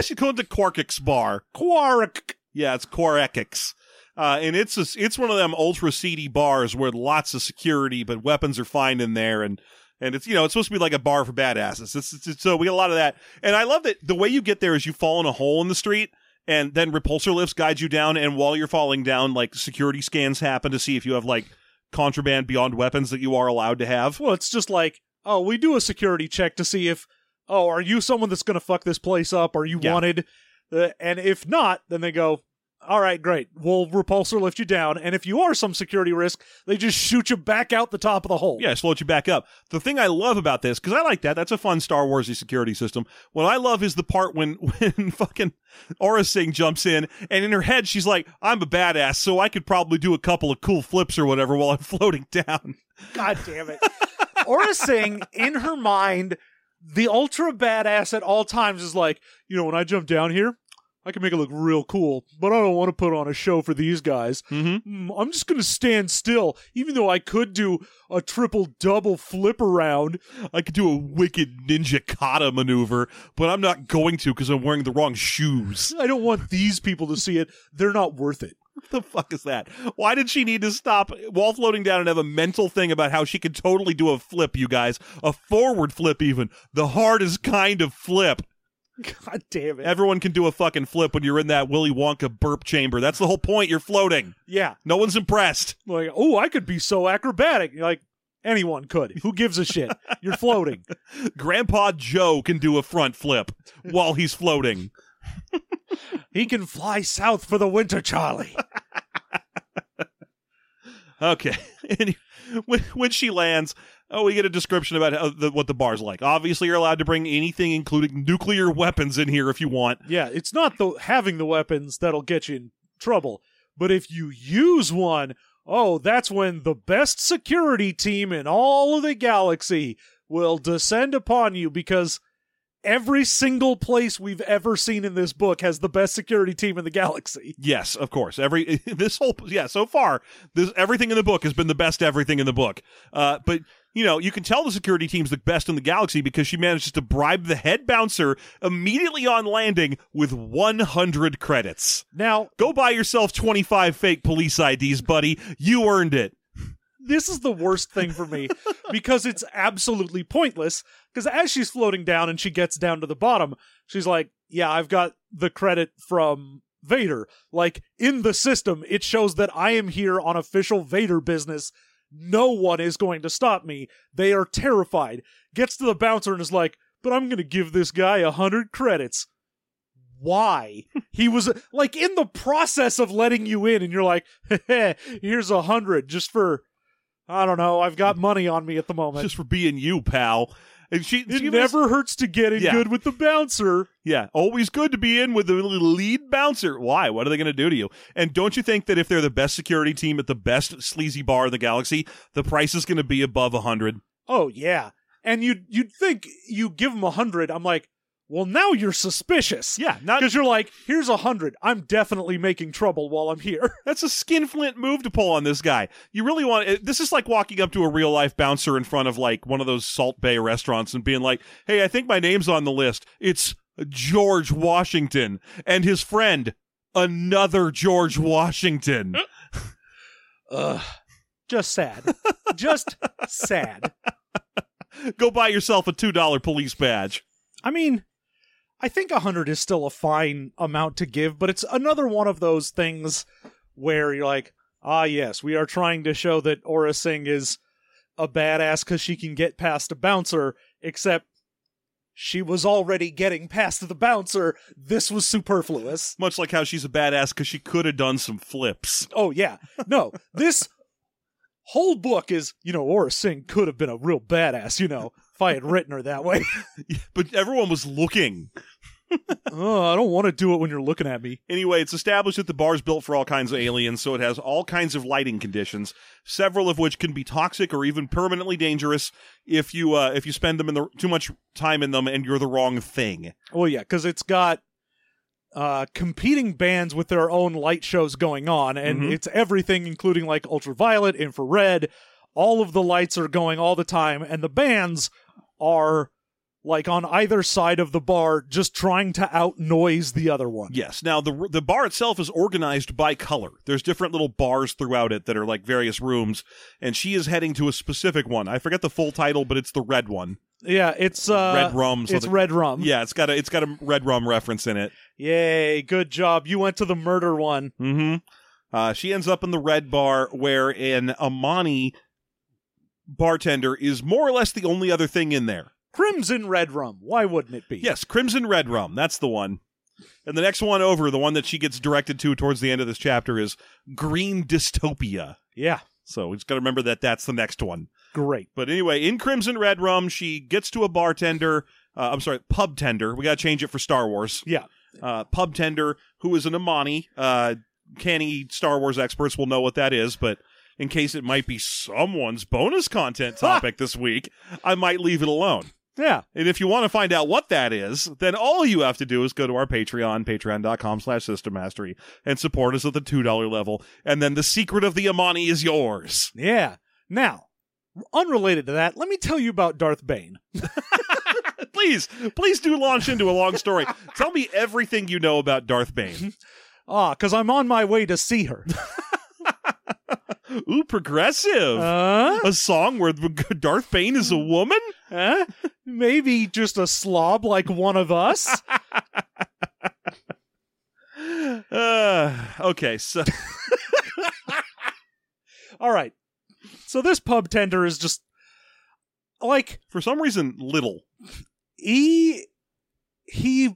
[SPEAKER 2] she's going to Quarkix Bar.
[SPEAKER 3] Quark.
[SPEAKER 2] Yeah, it's Quarkix. Uh, and it's a, it's one of them ultra seedy bars where lots of security, but weapons are fine in there, and and it's you know it's supposed to be like a bar for badasses. It's, it's, it's- so we get a lot of that, and I love that the way you get there is you fall in a hole in the street, and then repulsor lifts guide you down, and while you're falling down, like security scans happen to see if you have like contraband beyond weapons that you are allowed to have.
[SPEAKER 3] Well, it's just like, oh, we do a security check to see if, oh, are you someone that's going to fuck this place up? Are you
[SPEAKER 2] Yeah.
[SPEAKER 3] wanted? Uh, and if not, then they go, all right, great. We'll repulsor lift you down. And if you are some security risk, they just shoot you back out the top of the hole.
[SPEAKER 2] Yeah, float you back up. The thing I love about this, because I like that, that's a fun Star Warsy security system. What I love is the part when when fucking Aura Singh jumps in, and in her head she's like, "I'm a badass, so I could probably do a couple of cool flips or whatever while I'm floating down."
[SPEAKER 3] God damn it. Aura Singh, in her mind, the ultra badass at all times is like, you know, when I jump down here, I can make it look real cool, but I don't want to put on a show for these guys.
[SPEAKER 2] Mm-hmm.
[SPEAKER 3] "Mm, I'm just going to stand still, even though I could do a triple double flip around.
[SPEAKER 2] I could do a wicked ninja kata maneuver, but I'm not going to because I'm wearing the wrong shoes.
[SPEAKER 3] I don't want these people to see it. They're not worth it.
[SPEAKER 2] What the fuck is that? Why did she need to stop while floating down and have a mental thing about how she could totally do a flip? You guys, a forward flip, even the hardest kind of flip.
[SPEAKER 3] God damn it.
[SPEAKER 2] Everyone can do a fucking flip when you're in that Willy Wonka burp chamber. That's the whole point. You're floating.
[SPEAKER 3] Yeah.
[SPEAKER 2] No one's impressed.
[SPEAKER 3] Like, oh, I could be so acrobatic. You're like, anyone could. Who gives a shit? You're floating.
[SPEAKER 2] Grandpa Joe can do a front flip while he's floating.
[SPEAKER 3] he can fly south for the winter, Charlie.
[SPEAKER 2] Okay. And when, when she lands, oh, we get a description about how the, what the bar's like. Obviously, you're allowed to bring anything, including nuclear weapons, in here if you want.
[SPEAKER 3] yeah, it's not the having the weapons that'll get you in trouble, but if you use one, oh, that's when the best security team in all of the galaxy will descend upon you because every single place we've ever seen in this book has the best security team in the galaxy.
[SPEAKER 2] Yes, of course. Every this whole yeah, so far this everything in the book has been the best everything in the book. Uh, but you know, you can tell the security team's the best in the galaxy because she manages to bribe the head bouncer immediately on landing with 100 credits.
[SPEAKER 3] Now,
[SPEAKER 2] Go buy yourself 25 fake police IDs, buddy. You earned it.
[SPEAKER 3] this is the worst thing for me because it's absolutely pointless. Because as she's floating down and she gets down to the bottom, she's like, Yeah, I've got the credit from Vader. Like, in the system, it shows that I am here on official Vader business. No one is going to stop me. They are terrified. Gets to the bouncer and is like, But I'm going to give this guy a hundred credits. Why? He was like in the process of letting you in, and you're like, here's a hundred just for I don't know. I've got money on me at the moment.
[SPEAKER 2] Just for being you, pal. And she,
[SPEAKER 3] it
[SPEAKER 2] she was-
[SPEAKER 3] never hurts to get in
[SPEAKER 2] Yeah.
[SPEAKER 3] good with the bouncer.
[SPEAKER 2] Yeah, always good to be in with the lead bouncer. Why? What are they going to do to you? And don't you think that if they're the best security team at the best sleazy bar in the galaxy, the price is going to be above 100?
[SPEAKER 3] Oh yeah, and you would you'd think you give him a hundred. I'm like, well now you're suspicious.
[SPEAKER 2] Yeah, not
[SPEAKER 3] because you're like, here's a hundred. I'm definitely making trouble while I'm here.
[SPEAKER 2] that's a skinflint move to pull on this guy. You really want it- this is like walking up to a real life bouncer in front of like one of those Salt Bay restaurants and being like, "Hey, I think my name's on the list. It's George Washington and his friend, another George Washington."
[SPEAKER 3] Ugh, just sad, just sad.
[SPEAKER 2] Go buy yourself a two dollar police badge.
[SPEAKER 3] I mean, I think a hundred is still a fine amount to give, but it's another one of those things where you're like, ah, yes, we are trying to show that Aura Singh is a badass because she can get past a bouncer, except she was already getting past the bouncer. This was superfluous.
[SPEAKER 2] Much like how she's a badass because she could have done some flips.
[SPEAKER 3] Oh yeah, no, this whole book is, you know, Aura Singh could have been a real badass, you know, if I had written her that way.
[SPEAKER 2] But everyone was looking.
[SPEAKER 3] oh, I don't want to do it when you're looking at me.
[SPEAKER 2] Anyway, it's established that the bar's built for all kinds of aliens, so it has all kinds of lighting conditions, several of which can be toxic or even permanently dangerous if you uh, if you spend them in the too much time in them and you're the wrong thing.
[SPEAKER 3] Well, yeah, because it's got uh, competing bands with their own light shows going on, and
[SPEAKER 2] Mhm.
[SPEAKER 3] it's everything, including like ultraviolet, infrared. All of the lights are going all the time, and the bands are like on either side of the bar, just trying to outnoise the other one.
[SPEAKER 2] Yes. Now the the bar itself is organized by color. There's different little bars throughout it that are like various rooms, and she is heading to a specific one. I forget the full title, but it's the red one.
[SPEAKER 3] Yeah, it's uh,
[SPEAKER 2] red rum.
[SPEAKER 3] It's
[SPEAKER 2] something.
[SPEAKER 3] red rum.
[SPEAKER 2] Yeah, it's got a it's got a red rum reference in it.
[SPEAKER 3] Yay! Good job. You went to the murder one.
[SPEAKER 2] hmm Uh, she ends up in the red bar where an Amani bartender is more or less the only other thing in there.
[SPEAKER 3] Crimson red rum. Why wouldn't it be?
[SPEAKER 2] Yes, Crimson Red Rum. That's the one. And the next one over, the one that she gets directed to towards the end of this chapter is Green Dystopia.
[SPEAKER 3] Yeah.
[SPEAKER 2] So we just got to remember that that's the next one.
[SPEAKER 3] Great.
[SPEAKER 2] But anyway, in Crimson Red Rum, she gets to a bartender. Uh, I'm sorry, pub tender. We got to change it for Star Wars.
[SPEAKER 3] Yeah.
[SPEAKER 2] Uh, pub tender, who is an Amani. Uh, canny Star Wars experts will know what that is, but in case it might be someone's bonus content topic this week, I might leave it alone.
[SPEAKER 3] Yeah.
[SPEAKER 2] And if you want to find out what that is, then all you have to do is go to our Patreon, patreon.com slash system mastery, and support us at the $2 level. And then the secret of the Amani is yours.
[SPEAKER 3] Yeah. Now, unrelated to that, let me tell you about Darth Bane.
[SPEAKER 2] please, please do launch into a long story. Tell me everything you know about Darth Bane.
[SPEAKER 3] Ah, because I'm on my way to see her.
[SPEAKER 2] Ooh, progressive.
[SPEAKER 3] Uh. Huh?
[SPEAKER 2] a song where Darth Bane is a woman?
[SPEAKER 3] Huh? Maybe just a slob like one of us.
[SPEAKER 2] Uh, okay, so
[SPEAKER 3] All right. So this pub tender is just like
[SPEAKER 2] for some reason, little.
[SPEAKER 3] he he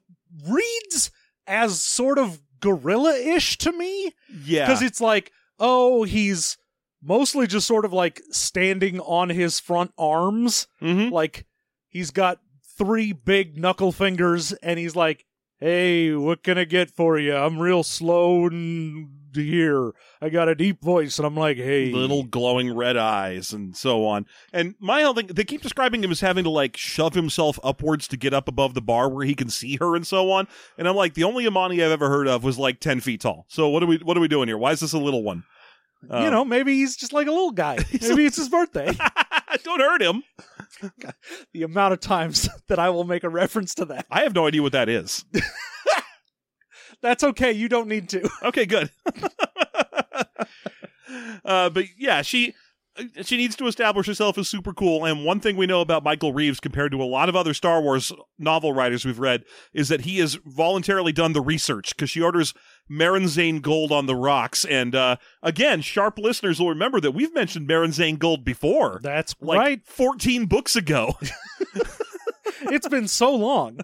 [SPEAKER 3] reads as sort of gorilla-ish to me.
[SPEAKER 2] Yeah.
[SPEAKER 3] because it's like oh he's mostly just sort of like standing on his front arms
[SPEAKER 2] hmm
[SPEAKER 3] like he's got three big knuckle fingers and he's like hey what can i get for you i'm real slow and to hear. I got a deep voice, and I'm like, hey,
[SPEAKER 2] little glowing red eyes and so on. And my whole thing, they keep describing him as having to like shove himself upwards to get up above the bar where he can see her and so on. And I'm like, the only Imani I've ever heard of was like ten feet tall. So what are we what are we doing here? Why is this a little one? Uh,
[SPEAKER 3] you know, maybe he's just like a little guy. maybe it's his birthday.
[SPEAKER 2] don't hurt him.
[SPEAKER 3] the amount of times that I will make a reference to that.
[SPEAKER 2] I have no idea what that is.
[SPEAKER 3] That's okay. You don't need to.
[SPEAKER 2] Okay, good. uh, but yeah, she uh, she needs to establish herself as super cool. And one thing we know about Michael Reeves compared to a lot of other Star Wars novel writers we've read is that he has voluntarily done the research because she orders Marinzane Gold on the rocks. And uh, again, sharp listeners will remember that we've mentioned Marinzane Gold before,
[SPEAKER 3] That's
[SPEAKER 2] like
[SPEAKER 3] right.
[SPEAKER 2] 14 books ago.
[SPEAKER 3] It's been so long.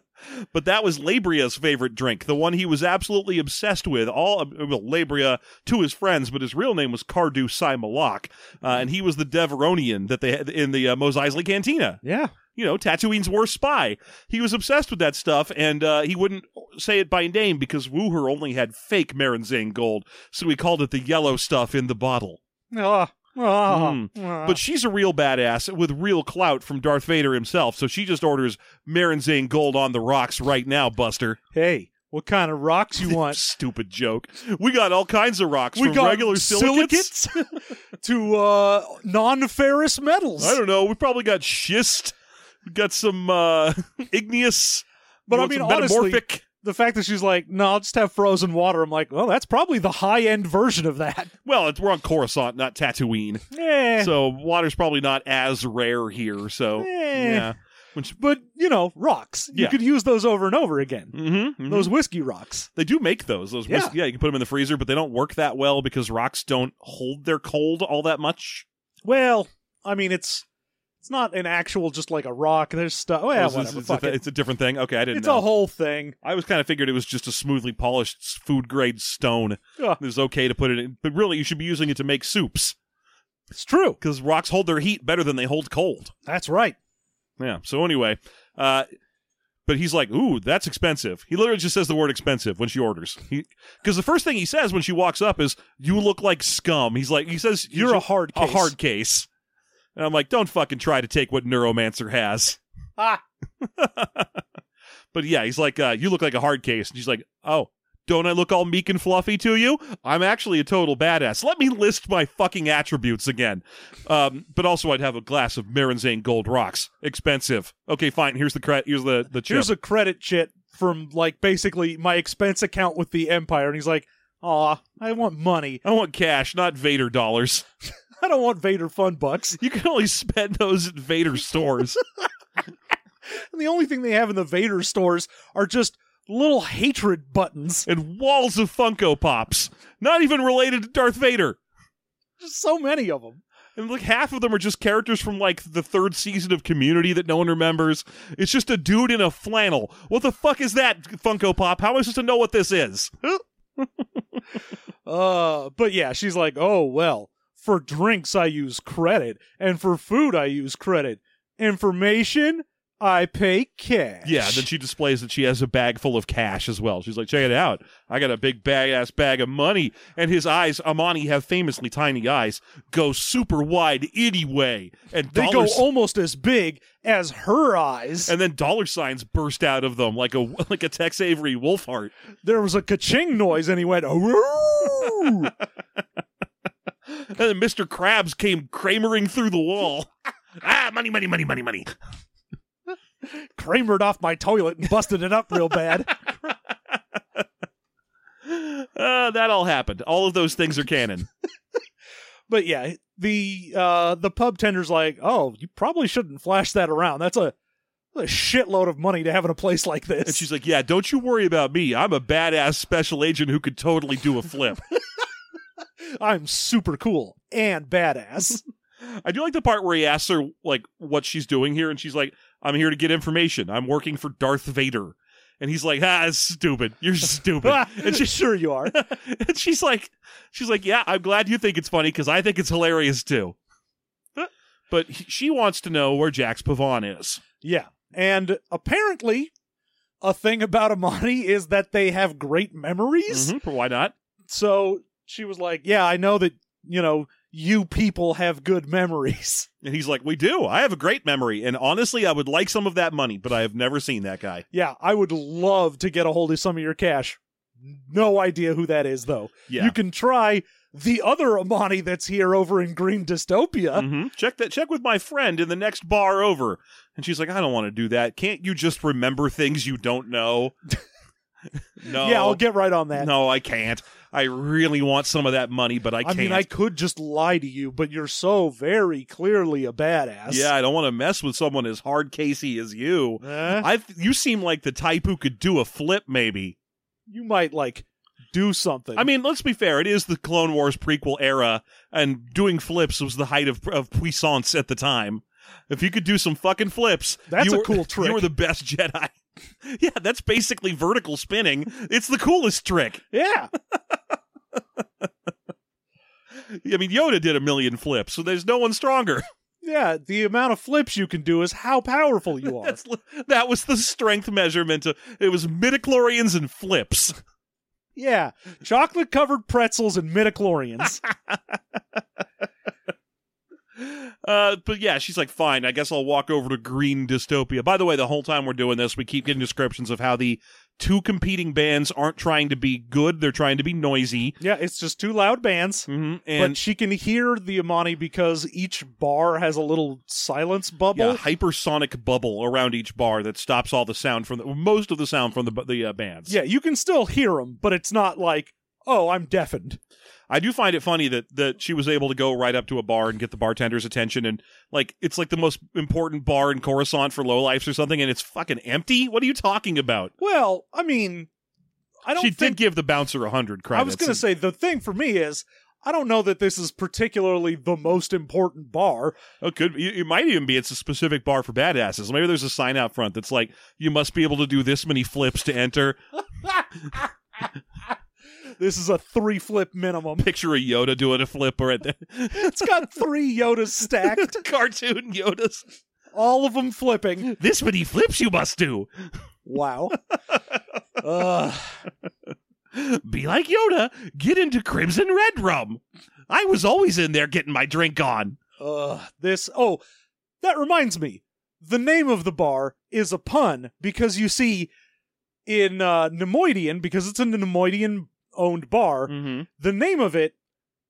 [SPEAKER 2] but that was Labria's favorite drink, the one he was absolutely obsessed with. All well, Labria to his friends, but his real name was Cardu Sai Malak, uh, and he was the Deveronian that they had in the uh, Mos Eisley Cantina.
[SPEAKER 3] Yeah.
[SPEAKER 2] You know, Tatooine's worst spy. He was obsessed with that stuff, and uh, he wouldn't say it by name because Wooher only had fake Marinzane gold, so he called it the yellow stuff in the bottle.
[SPEAKER 3] Ah, ah,
[SPEAKER 2] Mm.
[SPEAKER 3] ah.
[SPEAKER 2] But she's a real badass with real clout from Darth Vader himself, so she just orders Marinzane gold on the rocks right now, Buster.
[SPEAKER 3] hey, what kind of rocks you want?
[SPEAKER 2] Stupid joke. We got all kinds of rocks
[SPEAKER 3] we
[SPEAKER 2] from
[SPEAKER 3] got
[SPEAKER 2] regular silicates.
[SPEAKER 3] silicates to uh, non-ferrous metals.
[SPEAKER 2] I don't know. We probably got schist. We got some uh, igneous.
[SPEAKER 3] But I
[SPEAKER 2] want
[SPEAKER 3] mean,
[SPEAKER 2] some
[SPEAKER 3] honestly-
[SPEAKER 2] metamorphic.
[SPEAKER 3] the fact that she's like, no, I'll just have frozen water. I'm like, well, that's probably the high-end version of that.
[SPEAKER 2] Well, it's, we're on Coruscant, not Tatooine,
[SPEAKER 3] Yeah.
[SPEAKER 2] so water's probably not as rare here. So
[SPEAKER 3] Eh.
[SPEAKER 2] yeah,
[SPEAKER 3] but you know, rocks. You
[SPEAKER 2] Yeah.
[SPEAKER 3] could use those over and over again.
[SPEAKER 2] mm-hmm,
[SPEAKER 3] Those whiskey rocks.
[SPEAKER 2] they do make those. Those
[SPEAKER 3] Yeah.
[SPEAKER 2] whis- yeah, you can put them in the freezer, but they don't work that well because rocks don't hold their cold all that much.
[SPEAKER 3] Well, I mean, it's it's not an actual just like a rock. There's stuff. Well,
[SPEAKER 2] It's-
[SPEAKER 3] whatever.
[SPEAKER 2] it's,
[SPEAKER 3] fuck
[SPEAKER 2] a,
[SPEAKER 3] it.
[SPEAKER 2] it's a different thing. Okay, I didn't
[SPEAKER 3] It's
[SPEAKER 2] know.
[SPEAKER 3] a whole thing.
[SPEAKER 2] I was kind of figured it was just a smoothly polished food grade stone.
[SPEAKER 3] Yeah.
[SPEAKER 2] It was okay to put it in, but really you should be using it to make soups
[SPEAKER 3] It's true.
[SPEAKER 2] because rocks hold their heat better than they hold cold.
[SPEAKER 3] That's right.
[SPEAKER 2] Yeah. So anyway, uh, but he's like, "Ooh, that's expensive." He literally just says the word "expensive" when she orders. Because the first thing he says when she walks up is, "You look like scum." He's like, he says,
[SPEAKER 3] You're a hard
[SPEAKER 2] a
[SPEAKER 3] case.
[SPEAKER 2] hard case," and I'm like, "Don't fucking try to take what Neuromancer has."
[SPEAKER 3] Ah,
[SPEAKER 2] But yeah, he's like, uh, you look like a hard case. And she's like, oh, don't I look all meek and fluffy to you? I'm actually a total badass. Let me list my fucking attributes again. Um, but also, I'd have a glass of Marinzane Gold Rocks. Expensive. Okay, fine. Here's the cre- here's the the chip.
[SPEAKER 3] here's a credit chit from like basically my expense account with the Empire, and he's like, "Aw, I want money.
[SPEAKER 2] I want cash, not Vader dollars.
[SPEAKER 3] I don't want Vader fun bucks."
[SPEAKER 2] You can only spend those at Vader stores.
[SPEAKER 3] And the only thing they have in the Vader stores are just little hatred buttons.
[SPEAKER 2] and walls of Funko Pops. Not even related to Darth Vader.
[SPEAKER 3] Just so many of them.
[SPEAKER 2] And like half of them are just characters from like the third season of Community that no one remembers. It's just a dude in a flannel. What the fuck is that, Funko Pop? How am I supposed to know what this is?
[SPEAKER 3] Uh, but yeah, she's like, "Oh well, for drinks I use credit, and for food I use credit. Information." I pay cash.
[SPEAKER 2] Yeah, then she displays that she has a bag full of cash as well. She's like, check it out. I got a big badass bag of money. And his eyes, Amani have famously tiny eyes, go super wide anyway. And
[SPEAKER 3] they
[SPEAKER 2] dollar
[SPEAKER 3] go almost as big as her eyes.
[SPEAKER 2] and then dollar signs burst out of them like a like a Tex Avery Wolfheart.
[SPEAKER 3] there was a ka-ching noise, and he went, "Ooh!"
[SPEAKER 2] And then Mr. Krabs came cramering through the wall. ah, money, money, money, money, money.
[SPEAKER 3] Kramered off my toilet and busted it up real bad.
[SPEAKER 2] Uh, that all happened. All of those things are canon.
[SPEAKER 3] But yeah, the uh, the pub tender's like, "Oh, you probably shouldn't flash that around. That's a, a shitload of money to have in a place like this."
[SPEAKER 2] And she's like, "Yeah, don't you worry about me. I'm a badass special agent who could totally do a flip."
[SPEAKER 3] "I'm super cool and badass."
[SPEAKER 2] I do like the part where he asks her like what she's doing here, and she's like, "I'm here to get information. I'm working for Darth Vader." And he's like, "Ah, that's stupid. You're stupid." and she
[SPEAKER 3] sure you are.
[SPEAKER 2] and she's like, she's like, yeah, I'm glad you think it's funny because I think it's hilarious too. But he- she wants to know where Jax Pavon is.
[SPEAKER 3] yeah, and apparently,
[SPEAKER 2] Mm-hmm.
[SPEAKER 3] a thing about Amani is that they have great memories.
[SPEAKER 2] Mhm, but why not?
[SPEAKER 3] So she was like, "Yeah, I know that you know you people have good memories."
[SPEAKER 2] And he's like, "We do. I have a great memory, and honestly, I would like some of that money, but I have never seen that guy."
[SPEAKER 3] yeah, I would love to get a hold of some of your cash. No idea who that is though.
[SPEAKER 2] Yeah.
[SPEAKER 3] You can try the other Amani that's here over in Green Dystopia.
[SPEAKER 2] Mhm. Check that. Check with my friend in the next bar over. And she's like, I don't want to do that. Can't you just remember things you don't know? no.
[SPEAKER 3] Yeah, I'll get right on that.
[SPEAKER 2] No, I can't. I really want some of that money, but I
[SPEAKER 3] I
[SPEAKER 2] can't.
[SPEAKER 3] mean, I could just lie to you, but you're so very clearly a badass.
[SPEAKER 2] yeah, I don't want to mess with someone as hard casey as you.
[SPEAKER 3] Eh?
[SPEAKER 2] I you seem like the type who could do a flip maybe.
[SPEAKER 3] you might like do something.
[SPEAKER 2] I mean, let's be fair, it is the Clone Wars prequel era and doing flips was the height of of puissance at the time. If you could do some fucking flips,
[SPEAKER 3] That's
[SPEAKER 2] you
[SPEAKER 3] a
[SPEAKER 2] were-
[SPEAKER 3] cool trick.
[SPEAKER 2] You were the best Jedi. yeah, that's basically vertical spinning. It's the coolest trick.
[SPEAKER 3] yeah,
[SPEAKER 2] I mean, Yoda did a million flips, so there's no one stronger.
[SPEAKER 3] yeah. The amount of flips you can do is how powerful you are.
[SPEAKER 2] That's, that was the strength measurement. Of, it was midichlorians and flips.
[SPEAKER 3] yeah, chocolate covered pretzels and midichlorians.
[SPEAKER 2] Uh, but yeah, she's like, fine, I guess I'll walk over to Green Dystopia. By the way, the whole time we're doing this, we keep getting descriptions of how the two competing bands aren't trying to be good, they're trying to be noisy.
[SPEAKER 3] yeah, it's just two loud bands.
[SPEAKER 2] hmm
[SPEAKER 3] But
[SPEAKER 2] And
[SPEAKER 3] she can hear the Amani because each bar has a little silence bubble.
[SPEAKER 2] yeah, hypersonic bubble around each bar that stops all the sound from the, most of the sound from the, bu- the uh, bands.
[SPEAKER 3] Yeah, you can still hear them, but it's not like, oh, I'm deafened.
[SPEAKER 2] I do find it funny that that she was able to go right up to a bar and get the bartender's attention, and like it's like the most important bar in Coruscant for lowlifes or something, and it's fucking empty. What are you talking about?
[SPEAKER 3] Well, I mean, I don't
[SPEAKER 2] she
[SPEAKER 3] think
[SPEAKER 2] did give the bouncer a hundred credits.
[SPEAKER 3] I was going to
[SPEAKER 2] and-
[SPEAKER 3] say the thing for me is I don't know that this is particularly the most important bar.
[SPEAKER 2] oh, could be. it might even be it's a specific bar for badasses. Maybe there's a sign out front that's like you must be able to do this many flips to enter.
[SPEAKER 3] This is a three flip minimum.
[SPEAKER 2] Picture a Yoda doing a flip or at the
[SPEAKER 3] It's got three Yodas stacked,
[SPEAKER 2] cartoon Yodas.
[SPEAKER 3] all of them flipping.
[SPEAKER 2] This many flips you must do.
[SPEAKER 3] Wow. Ugh.
[SPEAKER 2] Be like Yoda. Get into Crimson Red Rum. I was always in there getting my drink on.
[SPEAKER 3] Ugh. this. Oh, that reminds me. The name of the bar is a pun because you see, in uh, Nemoidian, because it's a Nemoidian owned bar,
[SPEAKER 2] Mm-hmm.
[SPEAKER 3] the name of it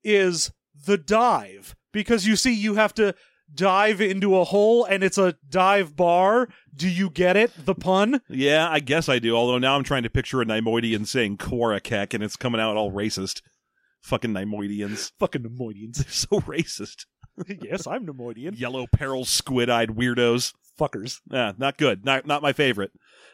[SPEAKER 3] is the dive because you see you have to dive into a hole and it's a dive bar do you get it the pun
[SPEAKER 2] Yeah, I guess I do. Although now I'm trying to picture a Nymoidian saying Korakek and it's coming out all racist. Fucking Nymoidians.
[SPEAKER 3] fucking nemoidians
[SPEAKER 2] They're so racist.
[SPEAKER 3] yes i'm nemoidian
[SPEAKER 2] Yellow peril squid eyed weirdos.
[SPEAKER 3] fuckers
[SPEAKER 2] Yeah, not good. Not not my favorite.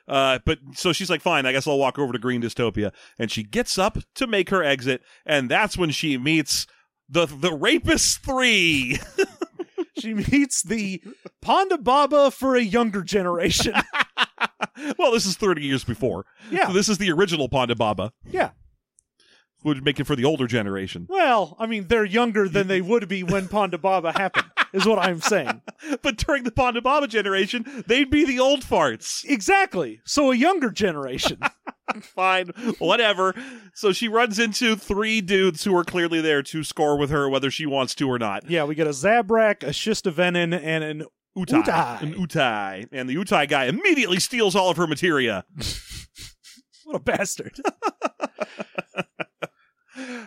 [SPEAKER 2] Uh, but so she's like, fine, I guess I'll walk over to Green Dystopia. And she gets up to make her exit, and that's when she meets the the Rapist Three.
[SPEAKER 3] she meets the ponda baba for a younger generation
[SPEAKER 2] well, this is 30 years before.
[SPEAKER 3] Yeah.
[SPEAKER 2] So this is the original Ponda Baba.
[SPEAKER 3] Yeah.
[SPEAKER 2] Would make it for the older generation.
[SPEAKER 3] well i mean they're younger than they would be when ponda baba happened is what i'm saying
[SPEAKER 2] But during the Ponda Baba generation, they'd be the old farts.
[SPEAKER 3] exactly so a younger generation
[SPEAKER 2] Fine, whatever. So she runs into three dudes who are clearly there to score with her, whether she wants to or not.
[SPEAKER 3] yeah we get a zabrak a shistavenin and an
[SPEAKER 2] Utai.
[SPEAKER 3] Utai.
[SPEAKER 2] An Utai. And the Utai guy immediately steals all of her materia.
[SPEAKER 3] what a bastard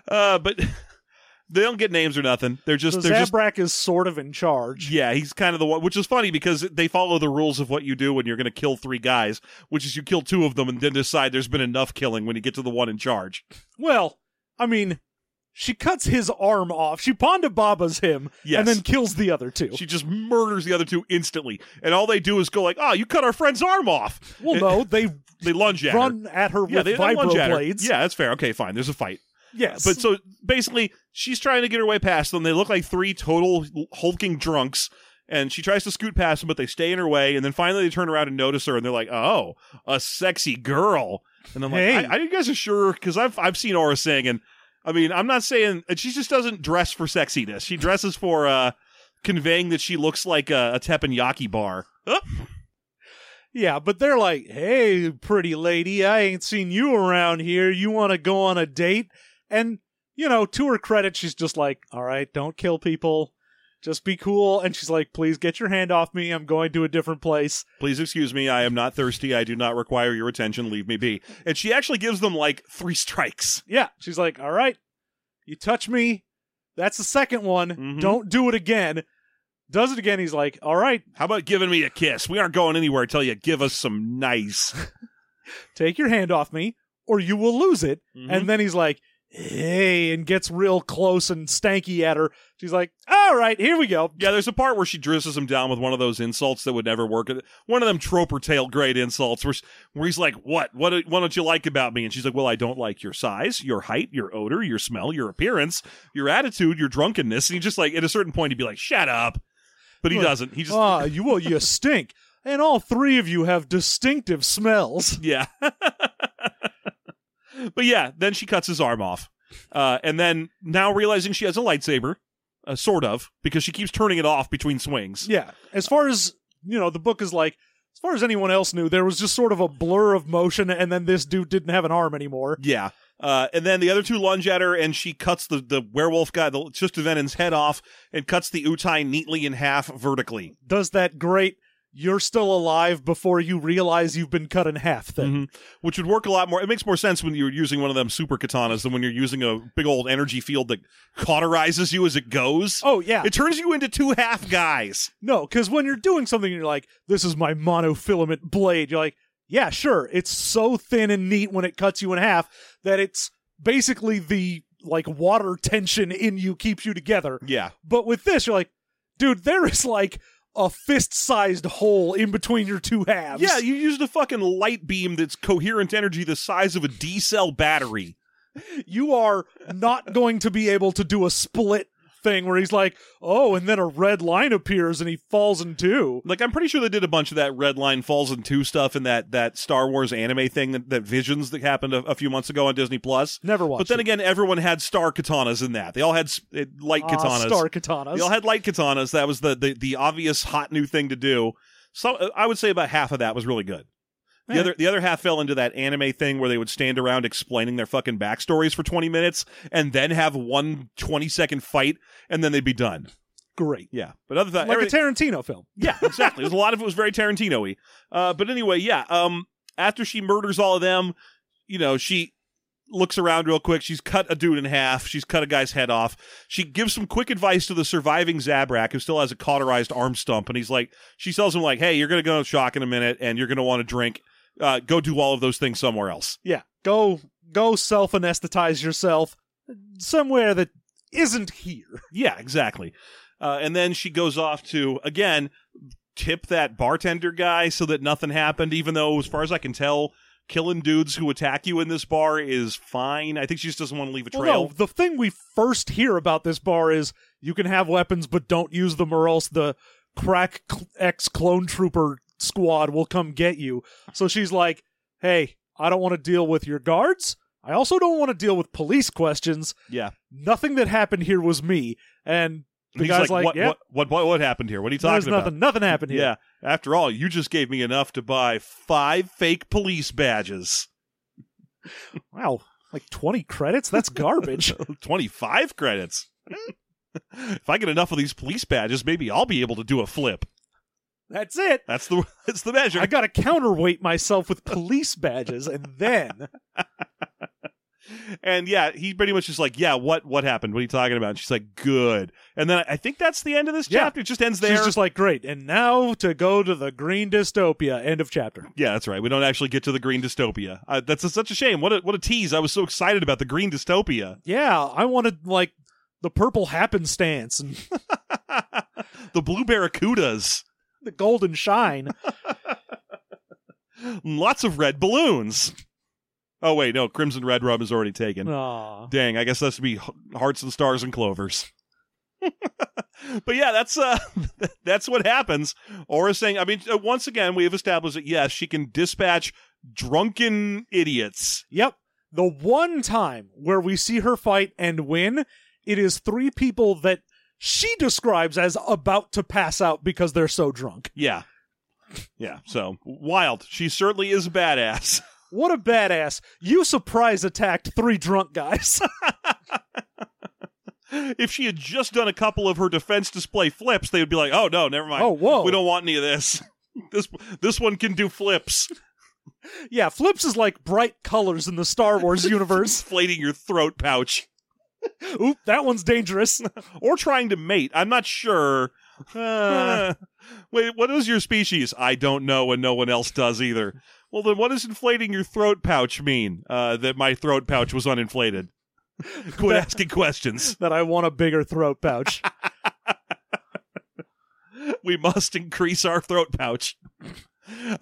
[SPEAKER 2] Uh, but they don't get names or nothing. They're just,
[SPEAKER 3] so
[SPEAKER 2] they're just
[SPEAKER 3] zabrak is sort of in charge
[SPEAKER 2] Yeah, he's kind of the one, which is funny because they follow the rules of what you do when you're going to kill three guys, which is you kill two of them and then decide there's been enough killing when you get to the one in charge.
[SPEAKER 3] Well, I mean, she cuts his arm off. She Ponda Baba's him
[SPEAKER 2] Yes.
[SPEAKER 3] and then kills the other two.
[SPEAKER 2] She just murders the other two instantly, and all they do is go like, "Oh, you cut our friend's arm off."
[SPEAKER 3] well,
[SPEAKER 2] And
[SPEAKER 3] no, they
[SPEAKER 2] they lunge at her.
[SPEAKER 3] run at her
[SPEAKER 2] Yeah,
[SPEAKER 3] with
[SPEAKER 2] they, they lunge at her.
[SPEAKER 3] vibroblades.
[SPEAKER 2] Yeah, that's fair. Okay, fine. There's a fight,
[SPEAKER 3] Yes.
[SPEAKER 2] but so basically, she's trying to get her way past them. They look like three total hulking drunks. And she tries to scoot past them, but they stay in her way. And then finally, they turn around and notice her, and they're like, "Oh, a sexy girl." And I'm like,
[SPEAKER 3] Hey.
[SPEAKER 2] I, "Are you guys are sure?" Because I've I've seen Aura sing, and I mean, I'm not saying and she just doesn't dress for sexiness. She dresses for uh, conveying that she looks like a, a teppanyaki bar. Huh?
[SPEAKER 3] yeah, but they're like, hey, pretty lady, I ain't seen you around here. You want to go on a date? And you know, to her credit, she's just like, all right, don't kill people. Just be cool. And she's like, please get your hand off me. I'm going to a different place.
[SPEAKER 2] Please excuse me. I am not thirsty. I do not require your attention. Leave me be. And she actually gives them like three strikes.
[SPEAKER 3] Yeah. She's like, all right, you touch me. That's the second one.
[SPEAKER 2] Mhm.
[SPEAKER 3] Don't do it again. Does it again. He's like, all right,
[SPEAKER 2] How about giving me a kiss? We aren't going anywhere until you give us some nice.
[SPEAKER 3] take your hand off me or you will lose it.
[SPEAKER 2] Mm-hmm.
[SPEAKER 3] And then he's like, hey, and gets real close and stanky at her. She's like, all right, here we go.
[SPEAKER 2] yeah, there's a part where she dresses him down with one of those insults that would never work. One of them troper tail grade insults where, s- where he's like, what? what? do- What don't you like about me? And she's like, well, I don't like your size, your height, your odor, your smell, your appearance, your attitude, your drunkenness. And he just like, at a certain point, he'd be like, shut up. But he
[SPEAKER 3] Look,
[SPEAKER 2] doesn't. He just,
[SPEAKER 3] Ah, you will, you stink. And all three of you have distinctive smells.
[SPEAKER 2] Yeah. but yeah, then she cuts his arm off. Uh, and then now realizing she has a lightsaber, uh, sort of, because she keeps turning it off between swings.
[SPEAKER 3] Yeah. As far as, you know, the book is like, as far as anyone else knew, there was just sort of a blur of motion, and then this dude didn't have an arm anymore.
[SPEAKER 2] Yeah. Uh, and then the other two lunge at her, and she cuts the, the werewolf guy, the Sister Venin's head off, and cuts the Utai neatly in half vertically.
[SPEAKER 3] Does that great, you're still alive before you realize you've been cut in half thing.
[SPEAKER 2] Mhm. Which would work a lot more. It makes more sense when you're using one of them super katanas than when you're using a big old energy field that cauterizes you as it goes.
[SPEAKER 3] Oh, yeah.
[SPEAKER 2] It turns you into two half guys.
[SPEAKER 3] No, because when you're doing something, you're like, this is my monofilament blade. You're like, yeah, sure. It's so thin and neat when it cuts you in half that it's basically the like water tension in you keeps you together.
[SPEAKER 2] Yeah.
[SPEAKER 3] But with this, you're like, dude, there is like a fist sized hole in between your two halves.
[SPEAKER 2] Yeah, you used a fucking light beam that's coherent energy the size of a D cell battery.
[SPEAKER 3] you are not going to be able to do a split thing where he's like, oh, and then a red line appears and he falls in two.
[SPEAKER 2] Like I'm pretty sure they did a bunch of that red line falls in two stuff and that that Star Wars anime thing that, that Visions that happened a, a few months ago on Disney Plus.
[SPEAKER 3] Never watched
[SPEAKER 2] But then
[SPEAKER 3] it.
[SPEAKER 2] again, everyone had star katanas in that. They all had s- uh, light
[SPEAKER 3] Ah,
[SPEAKER 2] katanas.
[SPEAKER 3] Star katanas.
[SPEAKER 2] They all had light katanas. That was the the, the obvious hot new thing to do. So uh, I would say about half of that was really good. The
[SPEAKER 3] Eh.
[SPEAKER 2] other the other half fell into that anime thing where they would stand around explaining their fucking backstories for 20 minutes and then have one 20 second fight and then they'd be done.
[SPEAKER 3] Great.
[SPEAKER 2] Yeah. But other than
[SPEAKER 3] Like a
[SPEAKER 2] everything-
[SPEAKER 3] Tarantino film.
[SPEAKER 2] yeah, exactly. There's a lot of it was very Tarantino-y. Uh, but anyway, yeah. Um, after she murders all of them, you know, she looks around real quick. She's cut a dude in half. She's cut a guy's head off. She gives some quick advice to the surviving Zabrak, who still has a cauterized arm stump, and he's like, she tells him like, "Hey, you're gonna go to shock in a minute, and you're gonna want to drink. Uh, go do all of those things somewhere else."
[SPEAKER 3] Yeah. Go go self anesthetize yourself somewhere that isn't here.
[SPEAKER 2] Yeah, exactly. Uh, and then she goes off to again tip that bartender guy so that nothing happened. Even though, as far as I can tell, killing dudes who attack you in this bar is fine. I think she just doesn't want to leave a trail.
[SPEAKER 3] Well, no, the thing we first hear about this bar is you can have weapons but don't use them or else the crack cl- ex clone trooper squad will come get you. So she's like, "Hey, I don't want to deal with your guards. I also don't want to deal with police questions.
[SPEAKER 2] Yeah,
[SPEAKER 3] Nothing that happened here was me." And
[SPEAKER 2] And he's
[SPEAKER 3] the guy's like,
[SPEAKER 2] what,
[SPEAKER 3] "Yeah,
[SPEAKER 2] what, what, what, what happened here? What are you
[SPEAKER 3] there's
[SPEAKER 2] talking about?
[SPEAKER 3] nothing. Nothing happened here."
[SPEAKER 2] Yeah. After all, you just gave me enough to buy five fake police badges,
[SPEAKER 3] Wow. Like 20 credits? That's garbage.
[SPEAKER 2] twenty-five credits. Hmm. if I get enough of these police badges, maybe I'll be able to do a flip.
[SPEAKER 3] That's it.
[SPEAKER 2] That's the that's the measure.
[SPEAKER 3] I got to counterweight myself with police badges, and then
[SPEAKER 2] And yeah, he pretty much is like, yeah, what what happened? What are you talking about? And she's like, good. And then I, I think that's the end of this
[SPEAKER 3] Yeah.
[SPEAKER 2] chapter. It just ends there.
[SPEAKER 3] she's just like, "Great!" And now to go to the green dystopia. End of chapter.
[SPEAKER 2] yeah, that's right. We don't actually get to the green dystopia. Uh, that's a, such a shame. What a, what a tease! I was so excited about the green dystopia.
[SPEAKER 3] Yeah, I wanted like the purple happenstance and
[SPEAKER 2] the blue barracudas,
[SPEAKER 3] the golden shine.
[SPEAKER 2] lots of red balloons. Oh wait, no, crimson red rum is already taken.
[SPEAKER 3] Aw.
[SPEAKER 2] Dang, I guess that's to be h- hearts and stars and clovers. but yeah, that's uh that's what happens. Aura saying, I mean, uh, once again, we have established that yes, she can dispatch drunken idiots.
[SPEAKER 3] Yep. The one time where we see her fight and win, it is three people that she describes as about to pass out because they're so drunk.
[SPEAKER 2] Yeah. Yeah, so wild. She certainly is a badass.
[SPEAKER 3] What a badass. You surprise attacked three drunk guys.
[SPEAKER 2] if she had just done a couple of her defense display flips, they would be like, "Oh no, never mind.
[SPEAKER 3] Oh, whoa.
[SPEAKER 2] We don't want any of this. this this one can do flips,
[SPEAKER 3] Yeah, flips is like bright colors in the Star Wars universe.
[SPEAKER 2] inflating your throat pouch
[SPEAKER 3] Oop, that one's dangerous.
[SPEAKER 2] or trying to mate. I'm not sure."
[SPEAKER 3] Uh,
[SPEAKER 2] Uh, wait, what is your species? I don't know, and no one else does either. Well, then, what does inflating your throat pouch mean? Uh, that my throat pouch was uninflated. Quit asking questions.
[SPEAKER 3] that I want a bigger throat pouch.
[SPEAKER 2] We must increase our throat pouch.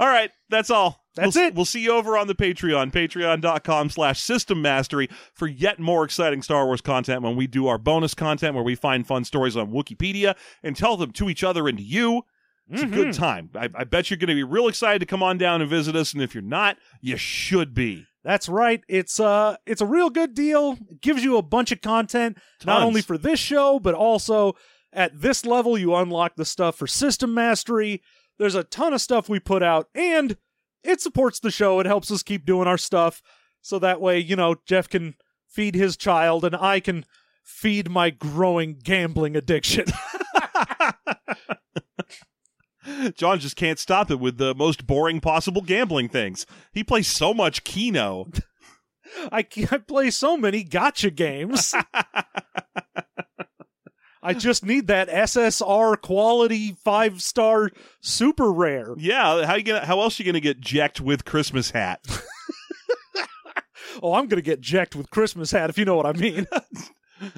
[SPEAKER 2] All right, that's all.
[SPEAKER 3] That's
[SPEAKER 2] We'll-
[SPEAKER 3] it.
[SPEAKER 2] We'll see you over on the Patreon, patreon.com slash system mastery for yet more exciting Star Wars content when we do our bonus content where we find fun stories on Wikipedia and tell them to each other and to you. It's a
[SPEAKER 3] Mm-hmm.
[SPEAKER 2] good time. I, I bet you're going to be real excited to come on down and visit us. And if you're not, you should be.
[SPEAKER 3] That's right. It's uh it's a real good deal. It gives you a bunch of content not
[SPEAKER 2] Tons.
[SPEAKER 3] only for this show but also at this level you unlock the stuff for system mastery. There's a ton of stuff we put out and it supports the show. It helps us keep doing our stuff so that way, you know, Jeff can feed his child and I can feed my growing gambling addiction.
[SPEAKER 2] John just can't stop it with the most boring possible gambling things. He plays so much Keno.
[SPEAKER 3] I can I play so many gotcha games. I just need that SSR quality five star super rare.
[SPEAKER 2] Yeah, how you gonna? How else you gonna get jacked with Christmas hat?
[SPEAKER 3] Oh, I'm gonna get jacked with Christmas hat if you know what I mean. I'm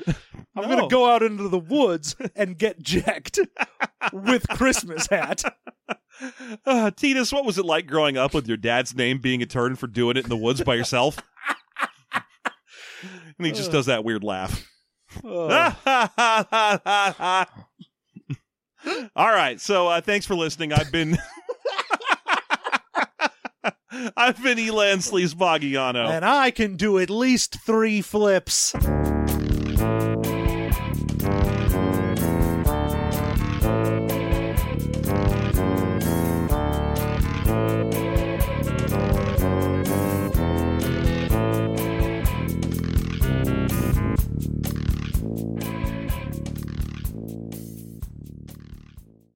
[SPEAKER 2] No.
[SPEAKER 3] gonna go out into the woods and get jacked with Christmas hat.
[SPEAKER 2] Uh, Titus, what was it like growing up with your dad's name being a turn for doing it in the woods by yourself? and he just does that weird laugh.
[SPEAKER 3] Oh,
[SPEAKER 2] All right. So uh, thanks for listening. I've been. I've been Elan Sleaze Boggiano.
[SPEAKER 3] and I can do at least three flips.